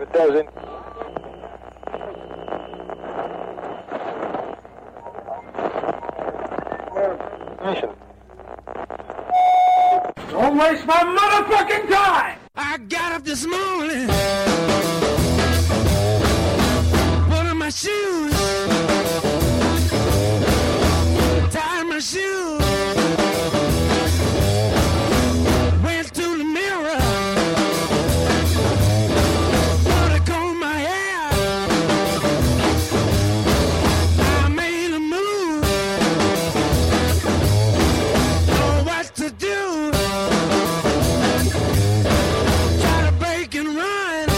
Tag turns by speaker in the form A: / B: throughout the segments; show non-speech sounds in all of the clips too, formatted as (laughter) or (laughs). A: it doesn't, listen.
B: Don't waste my motherfucking time!
C: I got up this morning, put on my shoes, tied my shoes, went to the mirror, put a comb in my hair. I made a move, know what to do. Try to break and run.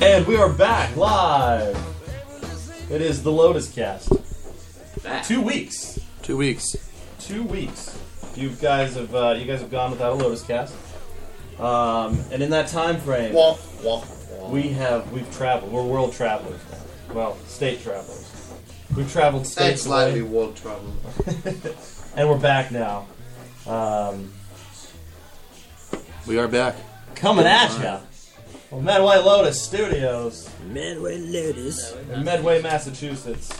D: And we are back live. It is the Lotus Cast. Two weeks.
E: Two weeks.
D: Two weeks. You guys have uh, you guys have gone without a Lotus Cast. Um, and in that time frame,
F: Wah, wah, wah.
D: we have we've traveled. We're world travelers now. Well, state travelers. We've traveled
F: That's
D: states away.
F: slightly world travel.
D: (laughs) and we're back now. Um,
E: We are back.
D: coming at ya from Medway Lotus Studios in Medway, Massachusetts.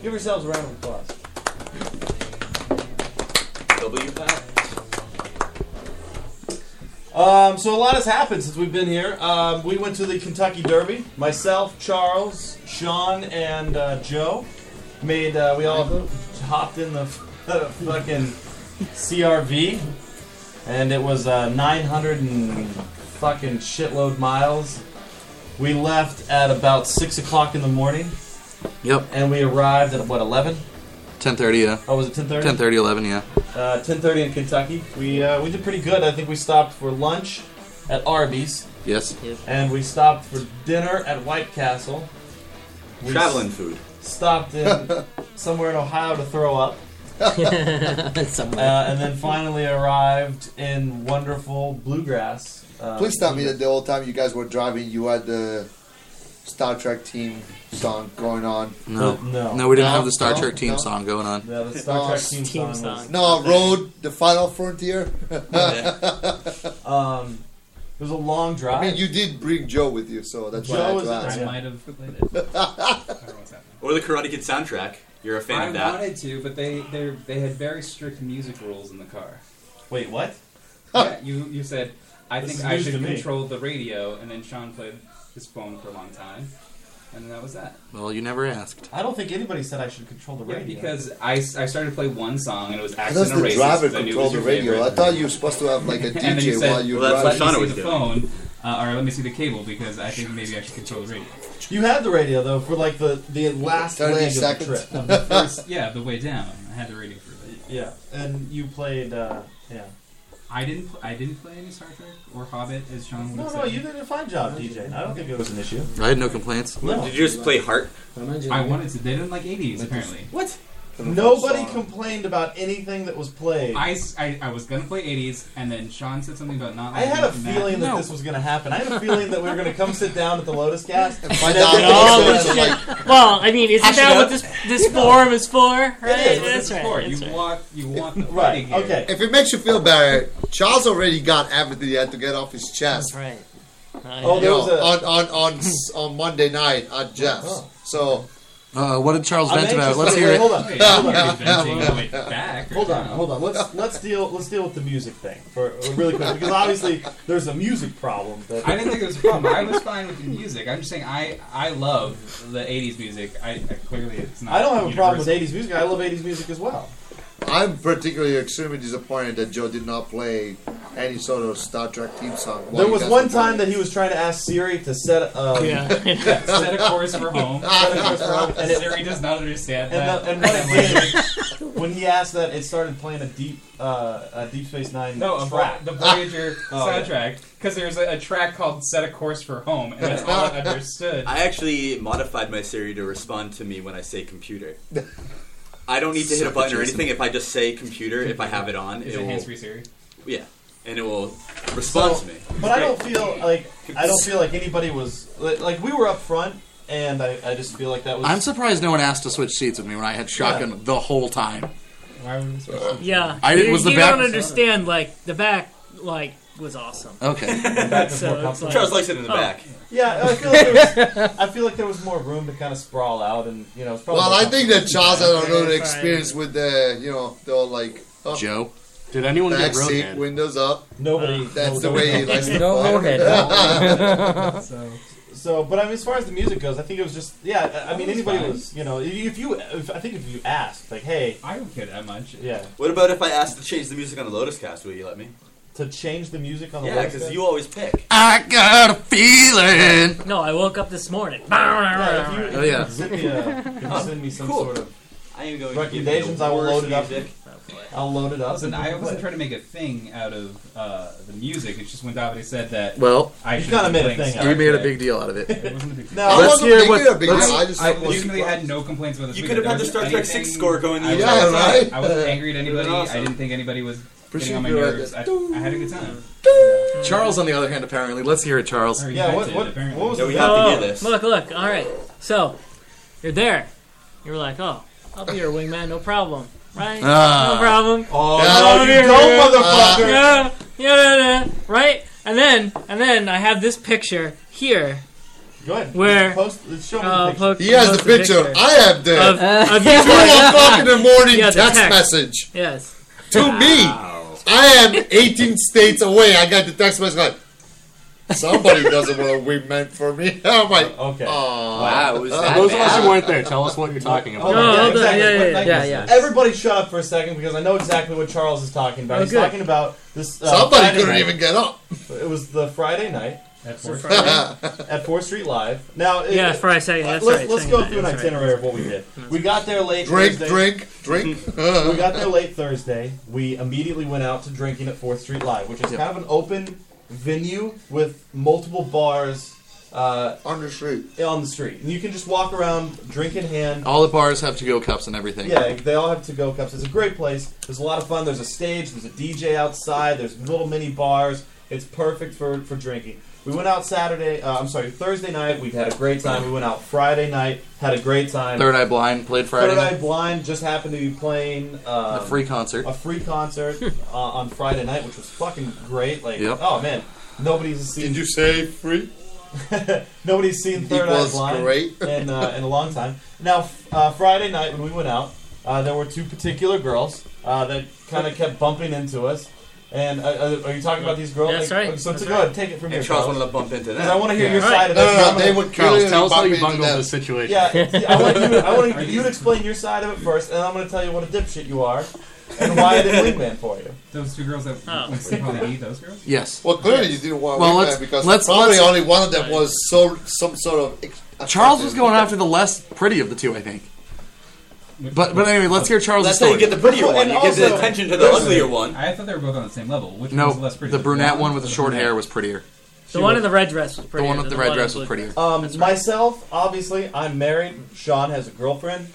D: Give yourselves a round of applause. Um, so a lot has happened since we've been here. Um, we went to the Kentucky Derby. Myself, Charles, Sean, and uh, Joe made. Uh, we all hopped in the (laughs) fucking CRV, and it was uh, 900 and fucking shitload miles. We left at about six o'clock in the morning,
E: Yep.
D: and we arrived at what 11?
E: 10:30. Yeah.
D: Oh, was it 10:30?
E: 10:30. 11. Yeah.
D: Uh, 10:30 in Kentucky. We uh, we did pretty good. I think we stopped for lunch at Arby's.
E: Yes.
D: And we stopped for dinner at White Castle. We
G: Traveling food.
D: s- stopped in somewhere in Ohio to throw up, uh, and then finally arrived in wonderful bluegrass. Uh,
F: Please tell me that the whole time you guys were driving, you had the Star Trek team song going on.
E: No.
D: No.
E: No, we didn't
F: No,
E: have the Star
F: no,
E: Trek team
F: no.
E: song going on.
D: Yeah, the Star Trek team,
H: Team
D: song.
H: song.
D: was-
F: No, Road, The Final Frontier. (laughs)
D: um, it was a long drive.
F: I mean, you did bring Joe with you, so that's why I
D: Joe
F: had
D: was
F: to
D: at-
F: ask.
D: Yeah.
I: I might have played
D: (laughs)
I: it.
G: Or the Karate Kid soundtrack. You're a fan
I: I
G: of that.
I: wanted to, but they they they had very strict music rules in the car.
D: Wait, what?
I: yeah, you you said I
D: This
I: think
D: is
I: I
D: news
I: should
D: to me.
I: control the radio, and then Sean played his phone for a long time, and then that was that.
E: Well, you never asked.
D: I don't think anybody said I should control the
I: Yeah,
D: radio.
I: because I, I started to play one song and it was
F: I thought
I: accident
F: the
I: racist.
F: driver
I: because I knew it
F: controlled
I: was
F: the
I: your
F: radio.
I: favorite.
F: I thought you were supposed to have like a
I: (laughs) And then you
F: DJ
I: said,
F: while you were
G: Well, that's what
F: driving.
G: Shauna
I: Let me see
G: was
I: the
G: doing.
I: phone, uh, or let me see the cable because I think maybe I should control the radio.
D: you had the radio though for like the the last
F: 30
D: leg
F: seconds.
D: of the trip.
I: (laughs) The
F: (laughs)
D: (laughs)
I: first, yeah, the way down, I had the radio for a bit.
D: Yeah, and you played. Uh, yeah.
I: I didn't pl- I didn't play any Star Trek or Hobbit as Sean would
D: No,
I: say.
D: no, you did a fine job, DJ. I don't think it was an issue.
E: I had no complaints.
D: No.
G: Did you just play Heart?
I: I wanted to. They didn't like 80s apparently.
D: Nobody complained about anything that was played. I,
I: I, s- I- I was gonna play 80s, and then Sean said something about not. liking
D: had a
I: it, and that-
D: feeling that this was going to happen. I had
I: (laughs)
D: a feeling that we were going to come sit down at the Lotus Cast and
F: Find
D: that
F: out
D: they
F: what
D: all
F: it
D: said-
F: is, and, like,
H: Well, I mean, isn't
G: Hash it
H: that
G: out.
H: what this this forum is for? Right?
D: is,
I: This is
H: That's right.
I: before.
H: that's
I: you
H: right.
I: walk. You walk. The fighting
D: Right,
I: here.
D: okay.
F: If it makes you feel better, Charles already got everything he had to get off his chest.
H: That's right.
D: Oh,
F: You
D: there
F: know,
D: was a. Oh.
F: on on on s- on Monday night at Jeff's. So
E: Uh, what did Charles
D: I'm
E: vent about?
D: anxious-
E: Let's
D: wait,
E: hear
D: wait,
E: it.
D: Hold on.
I: Wait,
F: (laughs)
I: I'm not inventing the way back.
D: Hold on, hold on. Let's let's deal let's deal with the music thing for uh, really quick because obviously there's a music problem. That,
I: I didn't think it was a problem. I was fine with the music. I'm just saying I I love the 80s music. I, I clearly it's not.
D: I don't have a problem with 80s
I: universal.
D: music. I love 80s music as well.
F: I'm particularly extremely disappointed that Joe did not play Andy Soto's Star Trek theme song. while
D: There
F: you
D: was
F: guys
D: one
F: were
D: time
F: playing.
D: that he was trying to ask Siri to set um, (laughs)
H: Yeah.
I: Set a course for home.
D: set a course for home, and
I: And
D: it-
I: Siri does not understand
D: And,
I: that.
D: the, and what it
I: (laughs)
D: did, when he asked that, it started playing a deep, uh, a Deep Space Nine
I: No, a
D: track.
I: Vo- the Voyager
D: (laughs) Oh, yeah.
I: soundtrack because there's a, a track called "Set a Course for Home" and (laughs) that's all I
D: (laughs)
I: understood.
G: I actually modified my Siri to respond to me when I say
F: (laughs)
G: computer. I don't need to hit a
E: Suck it,
G: button or
E: Jason.
G: anything. If I just say computer, if I have it on, it
I: Is it
G: will,
I: hands-free Siri?
G: yeah, and it will respond
D: So-
G: to me.
D: But I don't feel like I don't feel like anybody was like, like we were up front, and I, I just feel like that was.
E: I'm surprised no one asked to switch seats with me when I had shotgun the whole time.
I: Why would we switch?
H: Yeah.
E: I didn't-
H: You-
E: was the
H: you
E: back-
H: don't understand, like, the back, like, was awesome. (laughs)
E: Okay.
D: (laughs) back was more
H: So
I: uh,
H: it's
D: comfortable.
H: like,
G: Charles likes it in the
H: Oh.
G: back.
D: yeah, I feel, like
E: (laughs)
D: there was, I feel like there was more room to kind of sprawl out, and you know. it's probably-
F: Well, I think that Charles had a little
H: Right.
F: experience with the, you know, the old like oh, up,
E: Joe.
A: Did anyone
F: back
A: get
F: seat,
A: roadhead?
F: windows up.
D: nobody.
F: That's the
D: nobody-
F: way he likes
I: (laughs)
F: to
J: No
F: fuck.
J: roadhead.
F: (laughs)
I: So
D: So, but I mean, as far as the music goes, I think it was just yeah. I, I mean, anybody was you know if you, if you if, I think if you asked like hey
I: I don't care that much.
D: yeah
G: What about if I asked to change the music on the Lotus Cast? Will you let me?
D: to change the music on the
G: Yeah,
D: list,
G: because you always pick.
E: I got a feeling.
H: No, I woke up this morning. (laughs)
D: yeah, if you, if
E: Oh,
D: you
E: yeah.
D: could send me, a, if you could send me some
G: Cool.
D: sort of
G: I am going to give
D: recommendations
G: you
D: I
G: the
D: will
G: worst
D: load it up
G: music.
D: I'll load it up
I: Listen,
D: and
I: I wasn't
D: play it.
I: trying to make a thing out of uh, the music. It's just when Davide said that
E: Well,
I: I
D: You
I: should
D: kinda
I: be
D: made a
I: playing
D: thing out
I: Star
E: you made a
I: Trek.
E: big deal out of it.
I: (laughs) It wasn't a big
D: Now,
F: I
E: Let's
F: wasn't
E: hear
F: making
E: what-
F: it a big
E: let's-
F: deal. I just
I: I
F: thought it was
I: legitimately
F: fun.
I: had no complaints about the
G: You
I: music.
G: could have
I: There
G: had the
I: wasn't
G: Star Trek six
I: anything-
G: score going the
I: I
G: other
F: Yeah,
G: way.
F: right?
I: wasn't- I wasn't angry at anybody.
G: awesome.
I: I didn't think anybody was
F: Pretty
I: getting on my
F: good.
I: nerves. I, I had a good time.
E: Charles, on the other hand, apparently. Let's hear it, Charles.
I: Or you
D: Yeah,
I: guys
D: what
I: did,
D: what,
I: apparently.
D: what was
G: Yeah,
D: the
G: we have to hear this.
H: Look, look. All right. So, you're there. You're like, oh, I'll be your wingman, no problem. Right?
E: Ah.
H: No problem.
D: Oh
F: Yeah.
D: no, you don't, motherfucker!
H: Yeah, yeah, yeah, yeah. Right? And then, and then I have this picture here.
D: Go ahead.
H: Where-
D: Post, let's show me
H: Uh,
D: the picture.
H: po-
F: He has the
H: post a
F: picture. I have the
H: of,
F: (laughs)
H: of you
F: two o'clock in the morning
H: Yeah, the
F: text,
H: text.
F: message
H: Yes.
F: to me. I am 18 states away. I got the text message like, somebody doesn't want a wingman for me. (laughs) I'm like,
D: Okay.
F: oh.
G: Wow,
F: (laughs)
G: it was that
A: Those of us
G: bad?
A: who weren't there, tell us what you're talking
D: Oh,
A: about.
H: No,
D: yeah,
H: no,
D: exactly.
H: yeah, yeah,
D: What
H: yeah,
D: language
J: yeah,
D: is
J: yeah.
D: this? Everybody, shut up for a second because I know exactly what Charles is talking about.
H: Oh,
D: He's
H: good.
D: talking about this. Uh,
F: Somebody
D: Friday
F: couldn't
D: night.
F: even get up.
D: It was the Friday night
I: At
F: (laughs)
I: fourth
D: at Fourth Street Live. Now, it-
H: Yeah,
D: it-
H: Friday second. That's
D: let's,
H: right.
D: let's
H: second
D: go
H: night,
D: through an
H: that's right.
D: itinerary of what we did. We got there late.
F: Drink,
D: Thursday.
F: drink,
H: (laughs)
F: drink.
D: We got there late Thursday. We immediately went out to drinking at Fourth Street Live, which is kind of an open venue with multiple bars uh,
F: On the street.
D: on the street. And you can just walk around, drink in hand.
E: All the bars have to go cups and everything.
D: Yeah, they all have to go cups. It's a great place. There's a lot of fun. There's a stage. There's a DJ outside. There's little mini bars. It's perfect for, for drinking. We went out Saturday. Uh, I'm sorry, Thursday night. We had a great time. We went out Friday night. Had a great time.
E: Third Eye Blind played Friday.
D: Third Eye
E: night.
D: Blind just happened to be playing um,
E: a free concert.
D: a free concert uh, on Friday night, which was fucking great. Like,
E: Yep.
D: oh man, nobody's seen
F: say
D: (laughs)
F: free?
D: nobody's seen
F: It
D: Third Eye
F: was
D: Blind
F: great.
D: (laughs) in uh, in a
F: (laughs)
D: long time. Now, f- uh, Friday night when we went out, uh, there were two particular girls uh, that kind of kept bumping into us. And uh, uh, are you talking about these girls?
H: That's
D: Like,
H: right.
D: So
H: That's
D: to go ahead, take it from
G: And
D: here,
G: Charles
D: Charles.
G: wanted to bump into
D: 'Cause I
G: that.
D: want to hear your
H: Yeah.
D: side of
F: No,
D: this.
F: no,
D: I'm
F: no.
D: gonna-
F: They would
A: Charles,
F: clearly
A: tell us how
F: bump
A: you
F: into
A: bungled
F: them.
A: the situation.
D: Yeah, see, I want you. I
A: (laughs)
D: want you to explain your side of it first, and I'm going to tell you what a dipshit you are, and why I didn't wingman for you.
I: Those two girls that
H: Oh.
I: went sleep on me, those girls?
E: Yes.
F: Well, clearly you didn't want
E: Well,
F: well,
E: let's-
F: because
E: let's-
F: probably
E: let's-
F: only one of them was so some sort of. ex-
E: Charles was
F: attractive.
E: going after the less pretty of the two, I think. But but anyway, let's hear Charles'
G: That's how
E: story.
G: you get the
I: (laughs)
G: prettier
D: Well,
G: one.
D: and
G: You give the
D: also-
G: attention to the uglier one.
I: I thought they were both on the same level. Which
E: no,
I: one's less pretty?
E: the brunette
I: blonde
E: one with the
I: or
E: short hair
I: brunette?
E: was prettier.
H: The one in the red dress was pretty.
E: The one with the red dress was prettier.
D: Um, myself, obviously, I'm married. Sean has a girlfriend.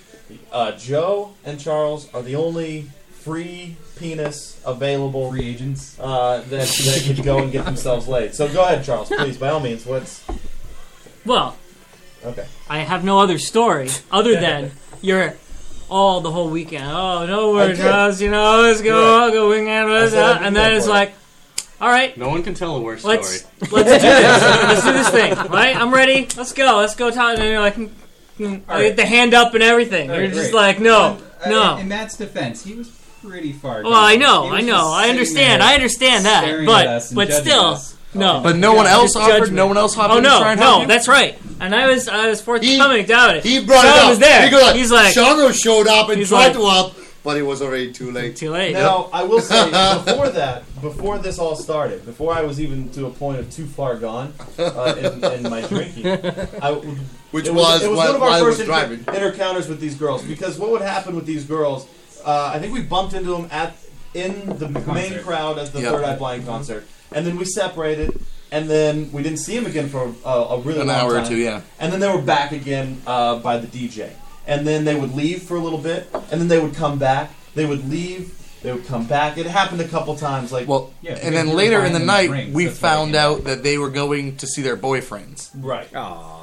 D: Uh, Joe and Charles are the only free penis available
I: Free agents.
D: uh, that, that can go and get themselves laid. So go ahead, Charles, please, by all means. What's
H: Well,
D: okay?
H: I have no other
D: (laughs)
H: story other than you're all the whole weekend. Oh, no
D: I
H: worries,
D: did.
H: Charles. You know, let's go, I'll go wingman, blah,
D: said I'd
H: blah,
D: be
H: and
D: there
H: then it's
D: for it.
H: like, all right,
A: No one can tell a worse
H: let's
A: story.
H: (laughs) let's do
A: (laughs)
H: this. let's do this thing, right? I'm ready. Let's go. Let's go. Talk. And you're like, mm, mm,
I: All
H: like,
I: right.
H: the hand up and everything.
I: All
H: you're
I: right,
H: just
I: great.
H: like, no,
I: Uh,
H: no.
I: In Matt's defense, he was pretty far.
H: well,
I: gone.
H: I
I: He
H: know,
I: was
H: I know,
I: just
H: I
I: sitting
H: understand,
I: there
H: I understand that,
I: staring at
H: but
I: us and
H: but
I: judging
H: still,
I: us. Oh.
H: no.
E: But no one
H: Yeah,
E: else
H: just
E: offered.
H: judgment.
E: No one else hopped
H: Oh
E: in to try
H: no,
E: and help
H: no,
E: you?
H: that's right. And I was I was
F: He-
H: forthcoming down it.
F: He brought
H: Sean
F: it up.
H: was there.
F: He goes,
H: He's like,
F: Sean showed up and
H: He's
F: tried
H: like-
F: to help. but it was already too late.
H: Too late.
D: Now I
F: (laughs)
D: will say before that, before this all started, before I was even to a point of too far gone uh, in, in my drinking, I,
F: Which
D: it
F: was,
D: it was
F: why,
D: one of our
F: why I was
D: first inter-
F: driving.
D: encounters with these girls because what would happen with these girls? Uh, I think we bumped into them at in the main
I: Concert.
D: crowd at the
E: Yep.
D: Third Eye Blind concert, and then we separated, and then we didn't see them again for a, a really
E: An
D: long
E: hour or
D: time.
E: two, yeah.
D: And then they were back again uh, by the DJ. And then they would leave for a little bit, and then they would come back. They would leave. They would come back. It happened a couple times. Like
E: Well,
I: Yeah,
E: and
I: they
E: then
I: were
E: later in
I: buying
E: the
I: them
E: night,
I: drinks,
E: we
I: that's why they
E: found
I: came
E: out that they were going to see their boyfriends.
D: right.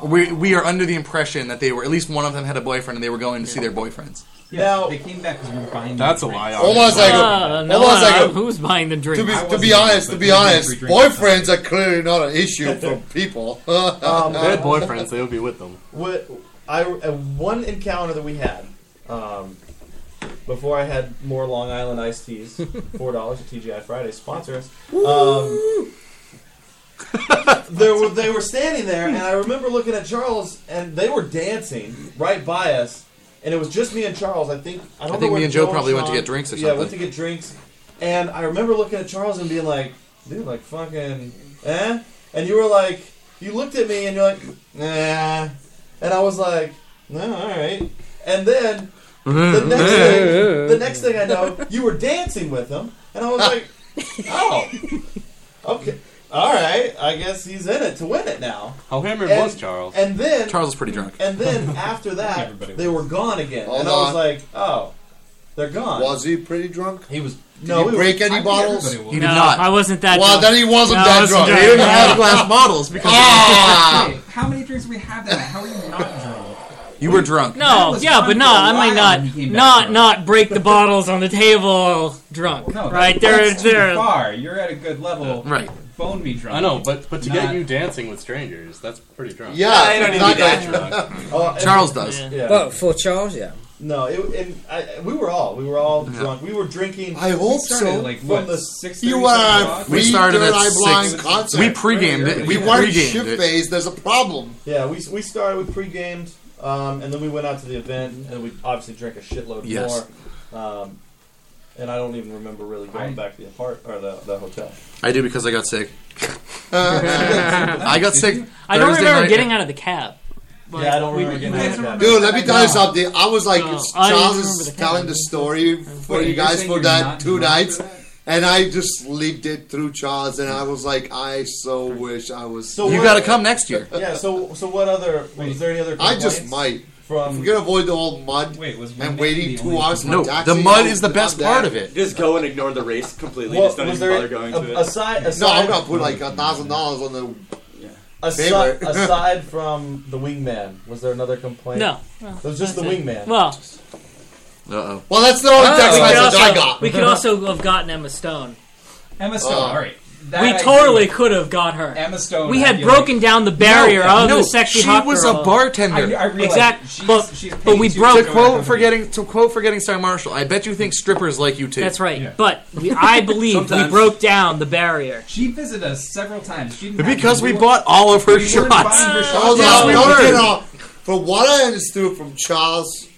E: We, we are under the impression that they were, at least one of them had a boyfriend and they were going to see their boyfriends.
D: Now-
I: they came back because we were buying.
A: That's a
I: them drinks.
A: lie.
F: Hold on a second.
H: Uh, no
F: Hold on a
H: one-
F: second.
H: who's buying the drink?
F: To be,
I: I
F: to be
I: wasn't,
F: honest, to
I: but
F: be
I: you didn't
F: honest,
I: drink
F: boyfriends are clearly not an issue for people. (laughs)
D: Um,
A: If they had boyfriends, they would be with them.
D: What I uh, one encounter that we had um, before I had more Long Island iced teas, four dollars at TGI Friday sponsor us. Um, (laughs) there were they were standing there, and I remember looking at Charles, and they were dancing right by us, and it was just me and Charles. I think I don't
E: I
D: know
E: think
D: where
E: me and Joe
D: Sean-
E: probably went to get drinks or
D: Yeah, went to
E: something.
D: get drinks, and I remember looking at Charles and being like, "Dude, like fucking, eh?" And you were like, you looked at me and you're like, "Nah," and I was like, "No, all right." And then
E: (laughs)
D: the next thing, the next thing I know, you were dancing with him, and I was
E: (laughs)
D: like, "Oh, okay, all right. I guess he's in it to win it now."
A: How hammered
D: And-
A: was Charles?
D: And then,
E: Charles is pretty drunk.
D: and
E: (laughs)
D: then after that,
I: Everybody
D: they were gone again,
F: Hold
D: and I was
F: on.
D: like, "Oh, they're gone."
F: was he pretty drunk?
D: he was
F: Did
D: no
F: he
D: we were-
F: break
I: I
F: any
I: think
F: bottles?
I: everybody
E: He did
I: was.
H: no,
E: not.
H: I wasn't that.
F: Well,
H: drunk.
F: then he wasn't
H: No, I
F: that
H: wasn't
F: drunk.
H: drunk.
E: They didn't
H: (laughs)
E: have glass bottles because
F: Ah!
I: Hey, How many drinks we have that? How are you not drunk?
E: you were drunk.
I: That
H: No,
I: was
H: yeah,
I: fun
H: but
I: for
H: no,
I: a
H: I
I: while
H: might not,
I: when he came back
H: not,
I: drunk.
H: not break the bottles on the table (laughs) drunk,
I: No,
H: right?
I: that-
H: There,
I: that's too
H: there.
I: far. You're at a good level.
E: Uh, Right.
I: Phone me drunk.
A: I know, but but to
I: Nah.
A: get you dancing with strangers, that's pretty drunk. Uh,
F: Yeah,
G: I don't even
F: not
G: need that
F: gonna-
D: (laughs)
G: drunk.
D: Oh, and-
E: Charles does.
D: Yeah.
J: But for Charles, yeah.
D: No, it, and I, we were all we were all drunk. We were drinking.
F: I hope
I: Started
F: so.
I: at, like
D: From
I: what?
D: the-
I: six.
F: You uh, are a
E: We
F: free
E: started
F: third
E: at
F: eye
E: six.
F: blind concert.
E: We pre-gamed it. We
F: you weren't
E: pre-gamed
F: shit
E: it.
F: faced. There's a problem.
D: yeah, we, we started with pre-gamed, um, and then we went out to the event, and then we obviously drank a shitload
E: Yes.
D: more. Um, and I don't even remember really going
I: I-
D: back to the apart or the, the hotel.
E: I do because I got sick.
H: Uh, (laughs)
F: Uh,
E: (laughs) I got sick.
H: I don't
E: Thursday
H: remember
E: night.
H: getting out of the cab. Like,
D: yeah, I don't
H: we-
D: remember getting
I: you
D: out
I: guys
D: of that.
I: remember-
F: Dude, let me tell
I: No.
F: you something. I was like,
H: No, I
F: Charles
H: remember
F: is
H: the
F: telling the
H: camera.
F: story for
I: Wait,
F: you
I: you're
F: guys
I: saying
F: for
I: you're
F: that
I: not
F: two
I: drunk
F: nights,
I: for that?
F: and I just lived it through Charles, and I was like, I so wish I was.
D: So
E: You
D: what-
E: got to come
F: (laughs)
E: next year.
D: Yeah. So so what other was there any other?
F: I just
D: complaints
F: might.
D: from
F: We're gonna avoid the old mud
I: Wait, was
F: and
I: Wendy
F: waiting
I: the
F: two
I: only-
F: hours. for a
E: No,
F: taxi.
E: the mud
F: No,
E: is the
F: I'm
E: best
F: not
E: part
F: that.
E: of it.
G: Just go and ignore the race completely.
D: Well,
G: just don't
D: was
G: even
D: there
G: bother going
D: a-
G: to it.
D: aside
F: No, I'm
D: aside
F: gonna put like a thousand dollars on the.
D: aside,
F: favorite.
D: aside from the wingman. Was there another complaint?
H: No,
D: it was just the
H: That's it.
D: wingman.
H: well,
E: Uh oh.
F: Well, that's the only
H: we
F: text
H: could
F: message
H: also-
F: I got.
H: we could also have gotten Emma Stone.
I: Emma Stone.
F: Uh,
I: all right. That
H: We
I: I
H: totally
I: agree.
H: could have got her.
I: Emma Stone.
H: We
I: I
H: had
I: feel like-
H: broken down the barrier of
E: no,
H: the sexy
E: she
H: hot
E: was
H: girl.
E: a bartender.
I: I, I realize
H: Exact-
I: She's,
H: but-
I: she's
H: but we
I: paid
H: broke-
I: to
E: to
H: Don't
E: quote forgetting to quote forgetting Sarah Marshall. I bet you think strippers like you too.
H: That's right.
I: Yeah.
H: But we, I believe we
G: Sometimes.
H: broke down the barrier.
I: She visited us several times. She didn't
E: But
I: have-
E: because we bought all of her
I: we weren't buying
E: (laughs)
I: her
E: shots.
I: shots.
F: Hold
E: Yes,
F: on,
E: we
F: no,
E: were.
F: no, no. From what I understood from Charles'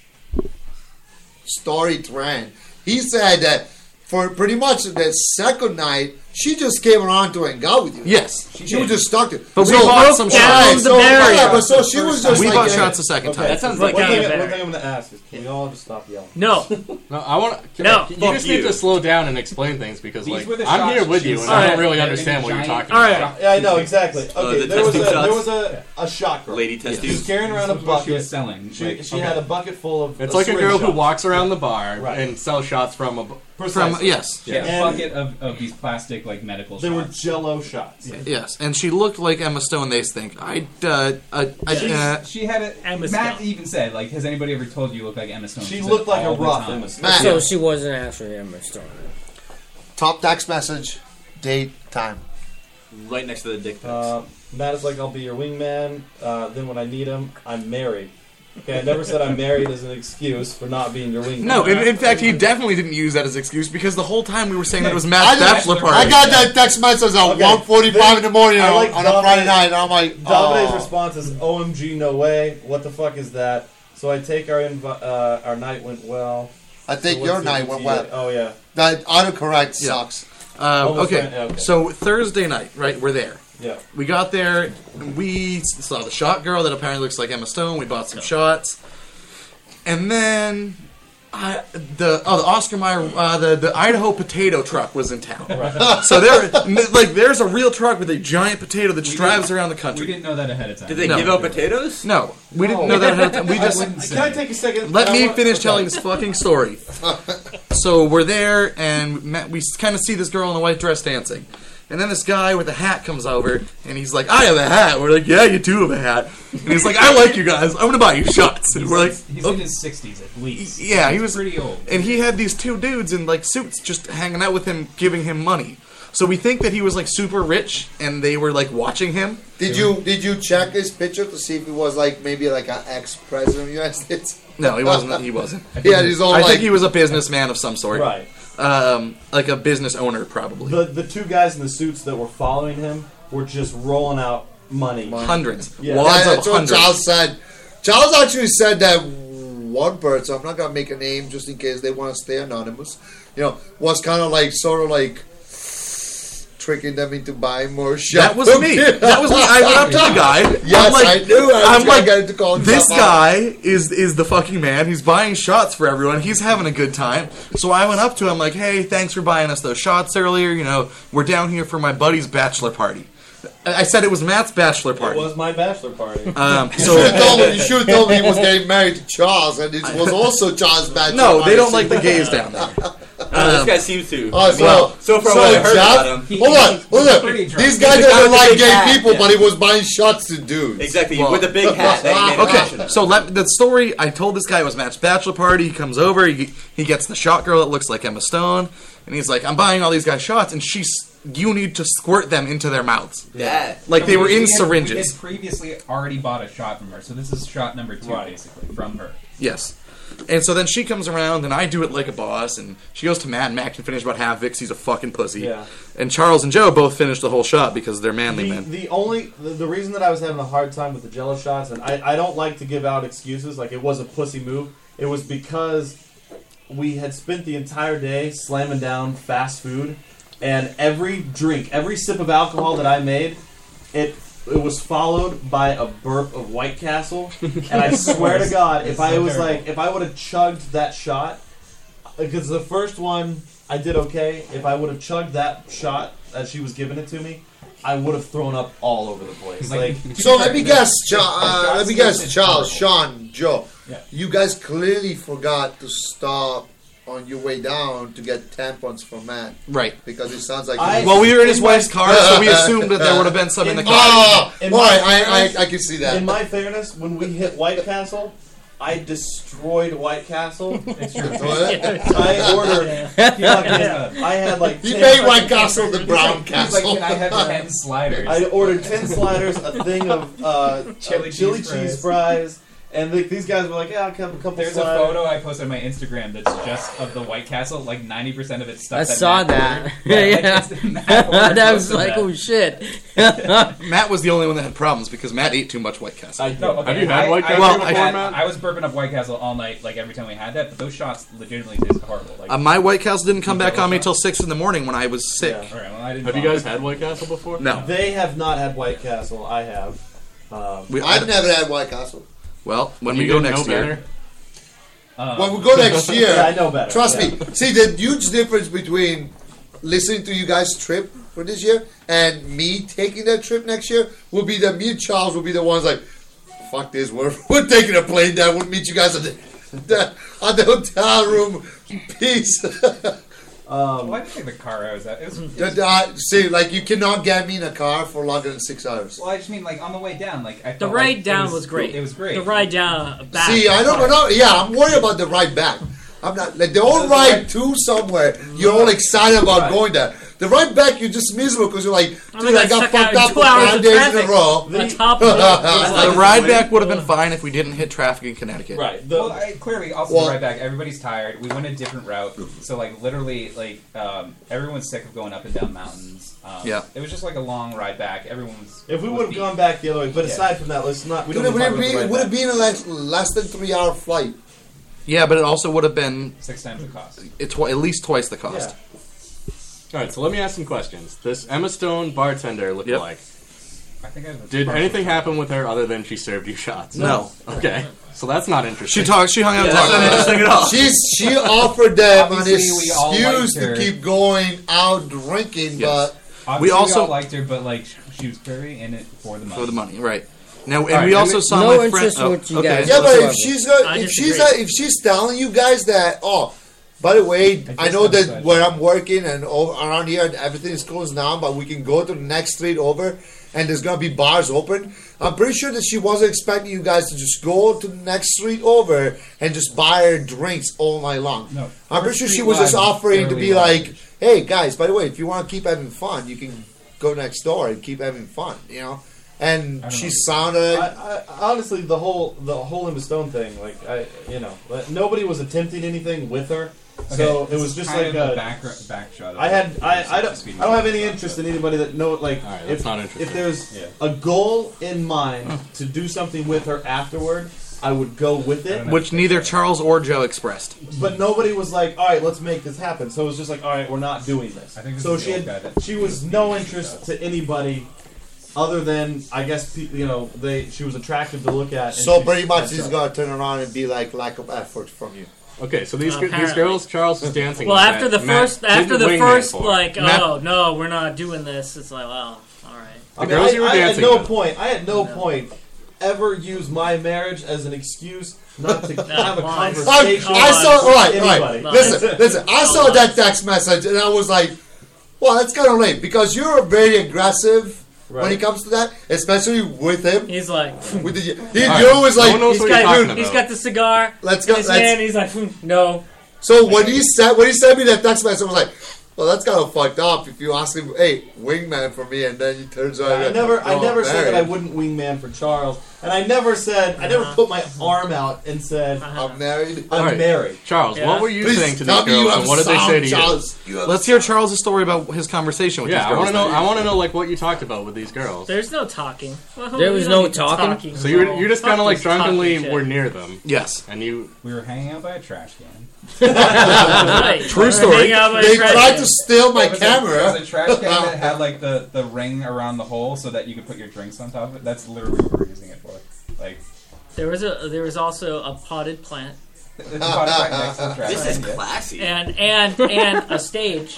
F: story trend, he said that for pretty much the second night, she just came around to hang out with you.
E: Yes,
F: She was just stuck there.
E: But we bought some
H: down
E: shots.
H: the barrier.
F: yeah, but so she was just
E: We
F: like,
E: bought
F: eh,
E: shots a second time.
D: Okay.
H: That sounds
D: One
H: like kind
D: thing,
H: of
D: one
H: better.
D: thing I'm gonna ask is, can we all just stop yelling?
H: No,
A: No, I want to.
H: No.
A: you
G: Fuck
A: just
G: you.
A: need to slow down and explain things because
I: These
A: like
I: were the
A: I'm
I: shots
A: here with
I: she
A: you
I: was
A: and I don't
H: taking.
A: really
I: Alright.
A: understand what you're
I: Giant- Uh,
A: talking
H: Alright.
A: about.
D: Yeah, I know exactly. Okay,
G: the
D: there, was a,
G: testing
D: there
G: shots.
D: was a a shot girl.
G: Lady test
D: She was
G: you.
D: carrying around a
I: This is what she was
D: bucket.
I: selling.
D: She,
I: Like,
D: she
I: okay.
D: had a bucket full of.
A: It's
D: of
A: like a
D: syringe
A: girl who
D: shots.
A: walks around the bar
D: Right.
A: and sells shots from a. b-
E: From
D: Precisely.
E: yes,
I: She had
D: Yeah.
I: a bucket of, of these plastic like medical
D: They were
I: shots.
D: Jello shots.
E: yes, and she looked like Emma Stone. They think I. Uh, I, I uh,
I: She's- she had a
H: Emma
I: Matt
H: Stone.
I: even said like, has anybody ever told you you look like Emma Stone?
D: She
I: said
D: looked like a
I: all the
D: rough
I: time.
D: Emma Stone.
F: man,
J: So she wasn't actually Emma Stone.
F: top text message, date, time.
G: Right next to the dick pics.
D: Uh, Matt is like, I'll be your wingman. Uh, then when I need him, I'm married. Okay, I never said I'm married as an excuse for not being your wingman.
E: no, in, in fact, he definitely didn't use that as excuse because the whole time we were saying that it was
F: I
E: Matt's
F: just-
E: bachelor party.
F: I got that text message at
D: Okay.
F: 1.45 in the morning
D: I
F: on,
D: like
F: on a Friday
D: Dominic's-
F: night, and I'm like,
D: Dominic's
F: oh.
D: response is, "OMG, no way! What the fuck is that?" So I take our invi- uh, our night went well.
F: I think
D: So
F: your
D: what's the
F: night went
D: DA?
F: well.
D: Oh yeah.
F: That autocorrect
E: Yeah.
F: sucks.
E: Um,
D: Oh, that's
E: okay.
D: right. Yeah, okay.
E: so Thursday night, right? We're there.
D: Yeah.
E: We got there. and We s- saw the shot girl that apparently looks like Emma Stone. We bought some shots, and then I, the oh the Oscar Mayer uh, the the Idaho potato truck was in town. (laughs) so there, n- like, there's a real truck with a giant potato that just drives around the
I: We
E: country.
I: didn't know that ahead of time.
G: Did they
E: No.
G: give out potatoes?
E: No, we didn't know that ahead of time. We
I: I
E: just
I: wouldn't say.
D: Can I take a second?
E: let
D: I
E: me
D: want-
E: finish
D: okay.
E: telling this fucking story. so we're there, and Matt, we kind of see this girl in a white dress dancing. And then this guy with a hat comes over, and he's like, I have a hat. We're like, yeah, you do have a hat. And he's like, I like you guys. I'm going to buy you shots. And
I: He's,
E: we're like,
I: he's in
E: "Oh."
I: his sixties at least.
E: yeah, he
I: He's
E: was.
I: pretty old.
E: And he had these two dudes in like suits just hanging out with him, giving him money. So we think that he was like super rich, and they were like watching him.
F: Did you did you check his picture to see if he was like maybe like an ex president of the United States?
E: No, he wasn't.
F: (laughs)
E: He wasn't.
F: He had his own
E: I
F: like
E: think he was a businessman of some sort.
D: Right.
E: Um, like a business owner, probably.
D: The the two guys in the suits that were following him were just rolling out money.
E: Hundreds.
D: Yeah.
E: Wads
F: Yeah,
E: of
F: that's what
E: hundreds.
F: Charles said. Charles actually said that one bird, so I'm not gonna make a name just in case they want to stay anonymous. You know, was kind of like sort of like tricking them into buying more shit.
E: That was me. That was me. I went up
F: (laughs)
E: to the guy.
F: Yes,
E: I'm like,
F: I knew. I
E: am
F: was
E: like,
F: gonna get to call him
E: this
F: out.
E: guy is is the fucking man. He's buying shots for everyone. He's having a good time. So I went up to him like, hey, thanks for buying us those shots earlier. You know, we're down here for my buddy's bachelor party. I I said it was Matt's bachelor
D: It
E: party.
D: was my bachelor party.
E: Um,
F: You
E: so
F: told me- you should have told me he was getting married to Charles, and it was also Charles' bad.
E: no, they don't like the gays
G: (laughs)
E: down there. Um,
G: No, this guy seems to.
F: Oh, so,
G: well, so far what I've heard about him.
I: He-
F: hold on,
I: he's
F: hold on.
I: pretty drunk.
F: This guy
G: He's a guy
F: doesn't
G: with a
F: like
G: big
F: gay
G: hat,
F: people,
G: yeah.
F: but he was buying shots to dudes.
G: Exactly,
E: Well-
G: with a
E: (laughs)
G: big
F: (laughs)
G: hat. That he made a mention
E: Okay,
G: of.
E: so let, the story I told this guy was Matt's bachelor party. He comes over, he, he gets the shot girl that looks like Emma Stone, and he's like, "I'm buying all these guys shots," and she's, "You need to squirt them into their mouths,
G: Yeah.
E: like they were
I: We
E: in
I: had-
G: (laughs)
I: We
E: syringes."
I: had previously already bought a shot from her, so this is shot number two,
D: Right.
I: basically, from her.
E: Yes. And so then she comes around, and I do it like a boss, and she goes to Matt, and Matt can finish about half. Vix, he's a fucking pussy.
D: Yeah.
E: And Charles and Joe both finish the whole shot because they're manly
D: The,
E: men.
D: the only the, the reason that I was having a hard time with the Jello shots, and I, I don't like to give out excuses, like it was a pussy move. It was because we had spent the entire day slamming down fast food, and every drink, every sip of alcohol that I made, it it was followed by a burp of White Castle. And I swear to God, if
I: It's
D: I
I: so
D: was
I: terrible.
D: like, if I would have chugged that shot, because the first one I did okay. If I would have chugged that shot as she was giving it to me, I would have thrown up all over the place. Like,
F: (laughs) So let me guess, Cha- uh,
D: Charles
F: let me guess,
D: (laughs) tasted
F: Charles,
D: horrible.
F: Sean, Joe.
D: Yeah.
F: You guys clearly forgot to stop on your way down to get tampons for Matt
E: Right.
F: because it sounds like.
D: I-
E: Well, we were in his wife's car,
F: (laughs)
E: so we assumed that there would have been some in the car.
F: Ah,
D: In
F: boy,
D: my
F: I,
D: fairness-
F: I, I can see
D: in
F: that.
D: my fairness, when we hit White Castle, I destroyed
F: (laughs)
D: White Castle.
I: It's true.
D: I ordered. (laughs) fucking- I
F: (laughs)
D: had like
F: he
D: 10
F: made
D: fucking-
F: White Castle the brown
I: He's like,
F: castle.
I: can
F: (laughs)
I: I have
E: (laughs)
I: ten sliders?
D: I ordered ten sliders, a thing of uh, chili,
I: Chili
D: chili cheese, fries.
I: cheese fries.
D: and like these guys were like, "Yeah, I'll have a couple."
I: There's a
D: sliders.
I: photo I posted on my Instagram that's just of the White Castle. Like 90% of it's stuff.
J: I
I: that
J: saw
I: Matt
J: that. (laughs)
I: (laughs) ordered.
J: yeah.
I: like, it's- Matt (laughs)
J: (laughs)
I: ordered
J: and I was
I: most of
J: like,
I: that.
J: oh shit.
E: (laughs)
I: (laughs)
E: Matt was the only one that had problems because Matt ate too much White Castle.
D: I,
I: No, okay.
A: Have you had
I: I-
A: White
I: I
A: Castle
I: burped
E: before,
I: up-
A: Matt?
I: I was burping up White Castle all night, like every time we had that. But those shots legitimately tasted horrible. Like,
E: Uh, my White Castle didn't come back on me
I: Yeah.
E: till six in the morning when I was sick.
D: Yeah.
I: all right, well, I didn't.
A: Have you
I: follow.
A: guys had White Castle before?
E: No,
D: They have not had White Castle. I have. Um,
E: we, I,
F: I've never had White Castle.
E: well when
A: You
E: we go
A: didn't
E: next
A: know
E: year.
A: better?
I: Um,
F: When
D: (laughs)
F: we go next
D: yeah, Uh, I
F: year,
D: know better.
F: trust
D: yeah.
F: me. See the huge difference between listening to you guys' trip for this year and me taking that trip next year will be that me and Charles will be the ones like, "Fuck this, we're, (laughs) we're taking a plane down. We'll meet you guys at the, (laughs) the at the hotel room. Peace." (laughs) Um,
I: well, I didn't take the car I was at. It was,
F: That- uh, see, like you cannot get me in a car for longer than six hours.
I: well, I just mean like on the way down, like I
H: The
I: felt
H: ride
I: like it
H: down was great.
I: It was great.
H: The ride down back.
F: See, I don't know. Yeah, I'm worried about the ride back. I'm not like the whole ride to somewhere. You're all excited about going there. The ride back, you're just miserable because you're like,
H: Oh my
F: dude,
H: God,
F: I got
H: stuck
F: fucked
H: out
F: up
H: two
F: for
H: hours
F: five
H: of
F: days in a
H: traffic. (laughs)
F: row.
H: On
F: (laughs)
H: top of it.
E: the ride back would have been fine if we didn't hit traffic in Connecticut.
D: Right. The,
I: Well, I, clearly, also
F: Well-
I: the ride back. Everybody's tired. We went a different route, so like literally, like um, everyone's sick of going up and down mountains. Um,
E: Yeah.
I: it was just like a long ride back. Everyone was.
D: if we
I: was
D: would have
I: beat.
D: gone back the other way, but
I: Yeah.
D: aside from that, let's not. We
F: Dude,
D: don't
F: it would
D: talk
F: have
D: about the
F: been,
D: ride
F: it would have
D: back.
F: been a less, less than three hour flight.
E: Yeah, but it also would have been
I: Six times the cost.
E: it twi- at least twice the cost.
A: All right, so let me ask some questions. This Emma Stone bartender looked
E: Yep.
A: like.
I: I think I was
A: Did anything happen with her other than she served you shots?
E: No.
A: Okay, so that's not interesting.
E: She talked. She hung out and talked.
G: interesting at all.
F: She's, she offered them an
I: Obviously, we all
F: excuse
I: liked her.
F: to keep going out drinking,
E: Yes.
F: but
I: Obviously,
E: We also-
I: all liked her, but like she was very in it for the money.
E: for the money, right? Now, and
I: Alright,
E: we
I: let
E: also
I: me-
E: saw
J: No
E: my friend.
J: interest
E: Oh,
J: what you
E: okay.
J: guys-
F: Yeah, but if
J: whatsoever.
F: she's got,
H: I
F: if
H: disagree.
F: she's uh, if she's telling you guys that, oh, by the way,
I: just
F: I, know
I: have a
F: that
I: question.
F: where I'm working and all around here and everything is closed down, but we can go to the next street over and there's gonna be bars open. I'm pretty sure that she wasn't expecting you guys to just go to the next street over and just buy her drinks all night long.
I: No,
F: I'm
I: her
F: pretty sure she
I: street
F: was just
I: vibe was
F: offering to
I: fairly
F: be like,
I: large.
F: hey guys, by the way, if you want to keep having fun, you can go next door and keep having fun, you know.
I: I
F: And
I: don't
F: she
I: know.
F: sounded
D: I, I, honestly, the whole the whole Emma Stone thing, like I, you know, like, nobody was attempting anything with her, so
I: Okay,
D: it
I: this
D: was
I: is
D: just
I: kind
D: like
I: of
D: a.
I: a back, back shot. of
D: I had
I: it.
D: I, I
I: Just
D: don't
I: speeding
D: I don't have
I: up.
D: any interest in anybody that know like
A: All right, that's
D: if
A: not interesting.
D: if there's
I: Yeah.
D: a goal in mind to do something with her afterward, I would go with it.
I: don't know.
E: Which neither Charles or Joe expressed.
D: But nobody was like, all right, let's make this happen. So it was just like, all right, we're not doing this.
I: I think this
D: so
I: is the
D: she
I: old guy
D: had,
I: that-
D: she was no interest to anybody other than I guess pe- you know they she was attractive to look at. and
F: So
D: she-
F: pretty much
D: that's
F: he's
D: it.
F: gonna turn around and be like lack of effort from you.
A: Okay, so these gir- these
H: Apparently.
A: girls Charles was dancing.
H: Well,
A: with
H: after the
A: that Matt
H: first, after
A: didn't
H: the
A: wing that
H: first,
A: for her.
H: like,
E: Matt-
H: oh no, we're not doing this. It's like, wow, all right.
D: I, mean,
A: girls
D: I,
A: you were
D: I had
A: dancing
D: no
A: with.
D: point. I had no, point ever use my marriage as an excuse not (laughs) to have a
H: lies.
D: conversation.
F: I, I saw
H: on,
F: all right, all
D: anybody.
F: right.
A: (laughs)
F: Listen, listen. I saw that text message and I was like, "Well, that's kind of lame because you're very aggressive when it
D: Right.
F: comes to that, especially with him."
H: He's like,
F: With the,
H: (laughs)
F: he, Joe was
A: No
F: like,
A: one knows
H: he's
A: what you're
H: got,
A: talking
H: he's
A: about.
H: got the cigar.
F: Let's
H: in
F: go-
H: His
F: let's-
H: hand. He's like, "Hmm, no.
F: So when he sent when he sent me that text message, I was like, "Well, that's kind of fucked up." If you ask him, "Hey, wingman for me," and then he turns around,
D: I
F: and "Oh,
D: never, I
F: "No,
D: never said that
F: married.
D: I wouldn't wingman for Charles, and I never said, I never put my arm out and said
F: I'm married.
D: I'm
A: All right.
D: married.
A: Charles,
H: Yeah.
A: what were you saying to these
F: tell me you
A: girls,
F: have
A: and what did they
F: sound
A: say to you?
F: jobs. you? have
E: Let's hear Charles' story about his conversation with
A: Yeah,
E: these
A: I
E: girls.
A: want to know.
E: then.
A: I want to know like what you talked about with these girls.
H: There's no talking. Well,
J: There
H: we
J: was
H: don't
J: no
H: need
J: talking?
A: So you were,
H: No.
A: you just
H: Fuck
A: kind of like
H: this talking
A: drunkenly
H: shit.
A: were near them,
E: yes.
A: and you
I: We were hanging out by a trash can.
F: (laughs)
H: Right.
E: (laughs) True
H: We're
E: story.
H: hanging out by
F: They
H: a trash
F: tried
H: can.
F: to steal my
I: It was a- it
F: camera.
I: was a trash
F: (laughs)
I: can that had like the, the ring around the hole so that you could put your drinks on top of it. That's literally what we were using it for. Like,
H: There was a there was also a potted
I: (laughs)
H: plant
I: it's about right next to the trash
G: This
I: can.
G: is
I: yeah.
G: classy.
H: and and and a stage.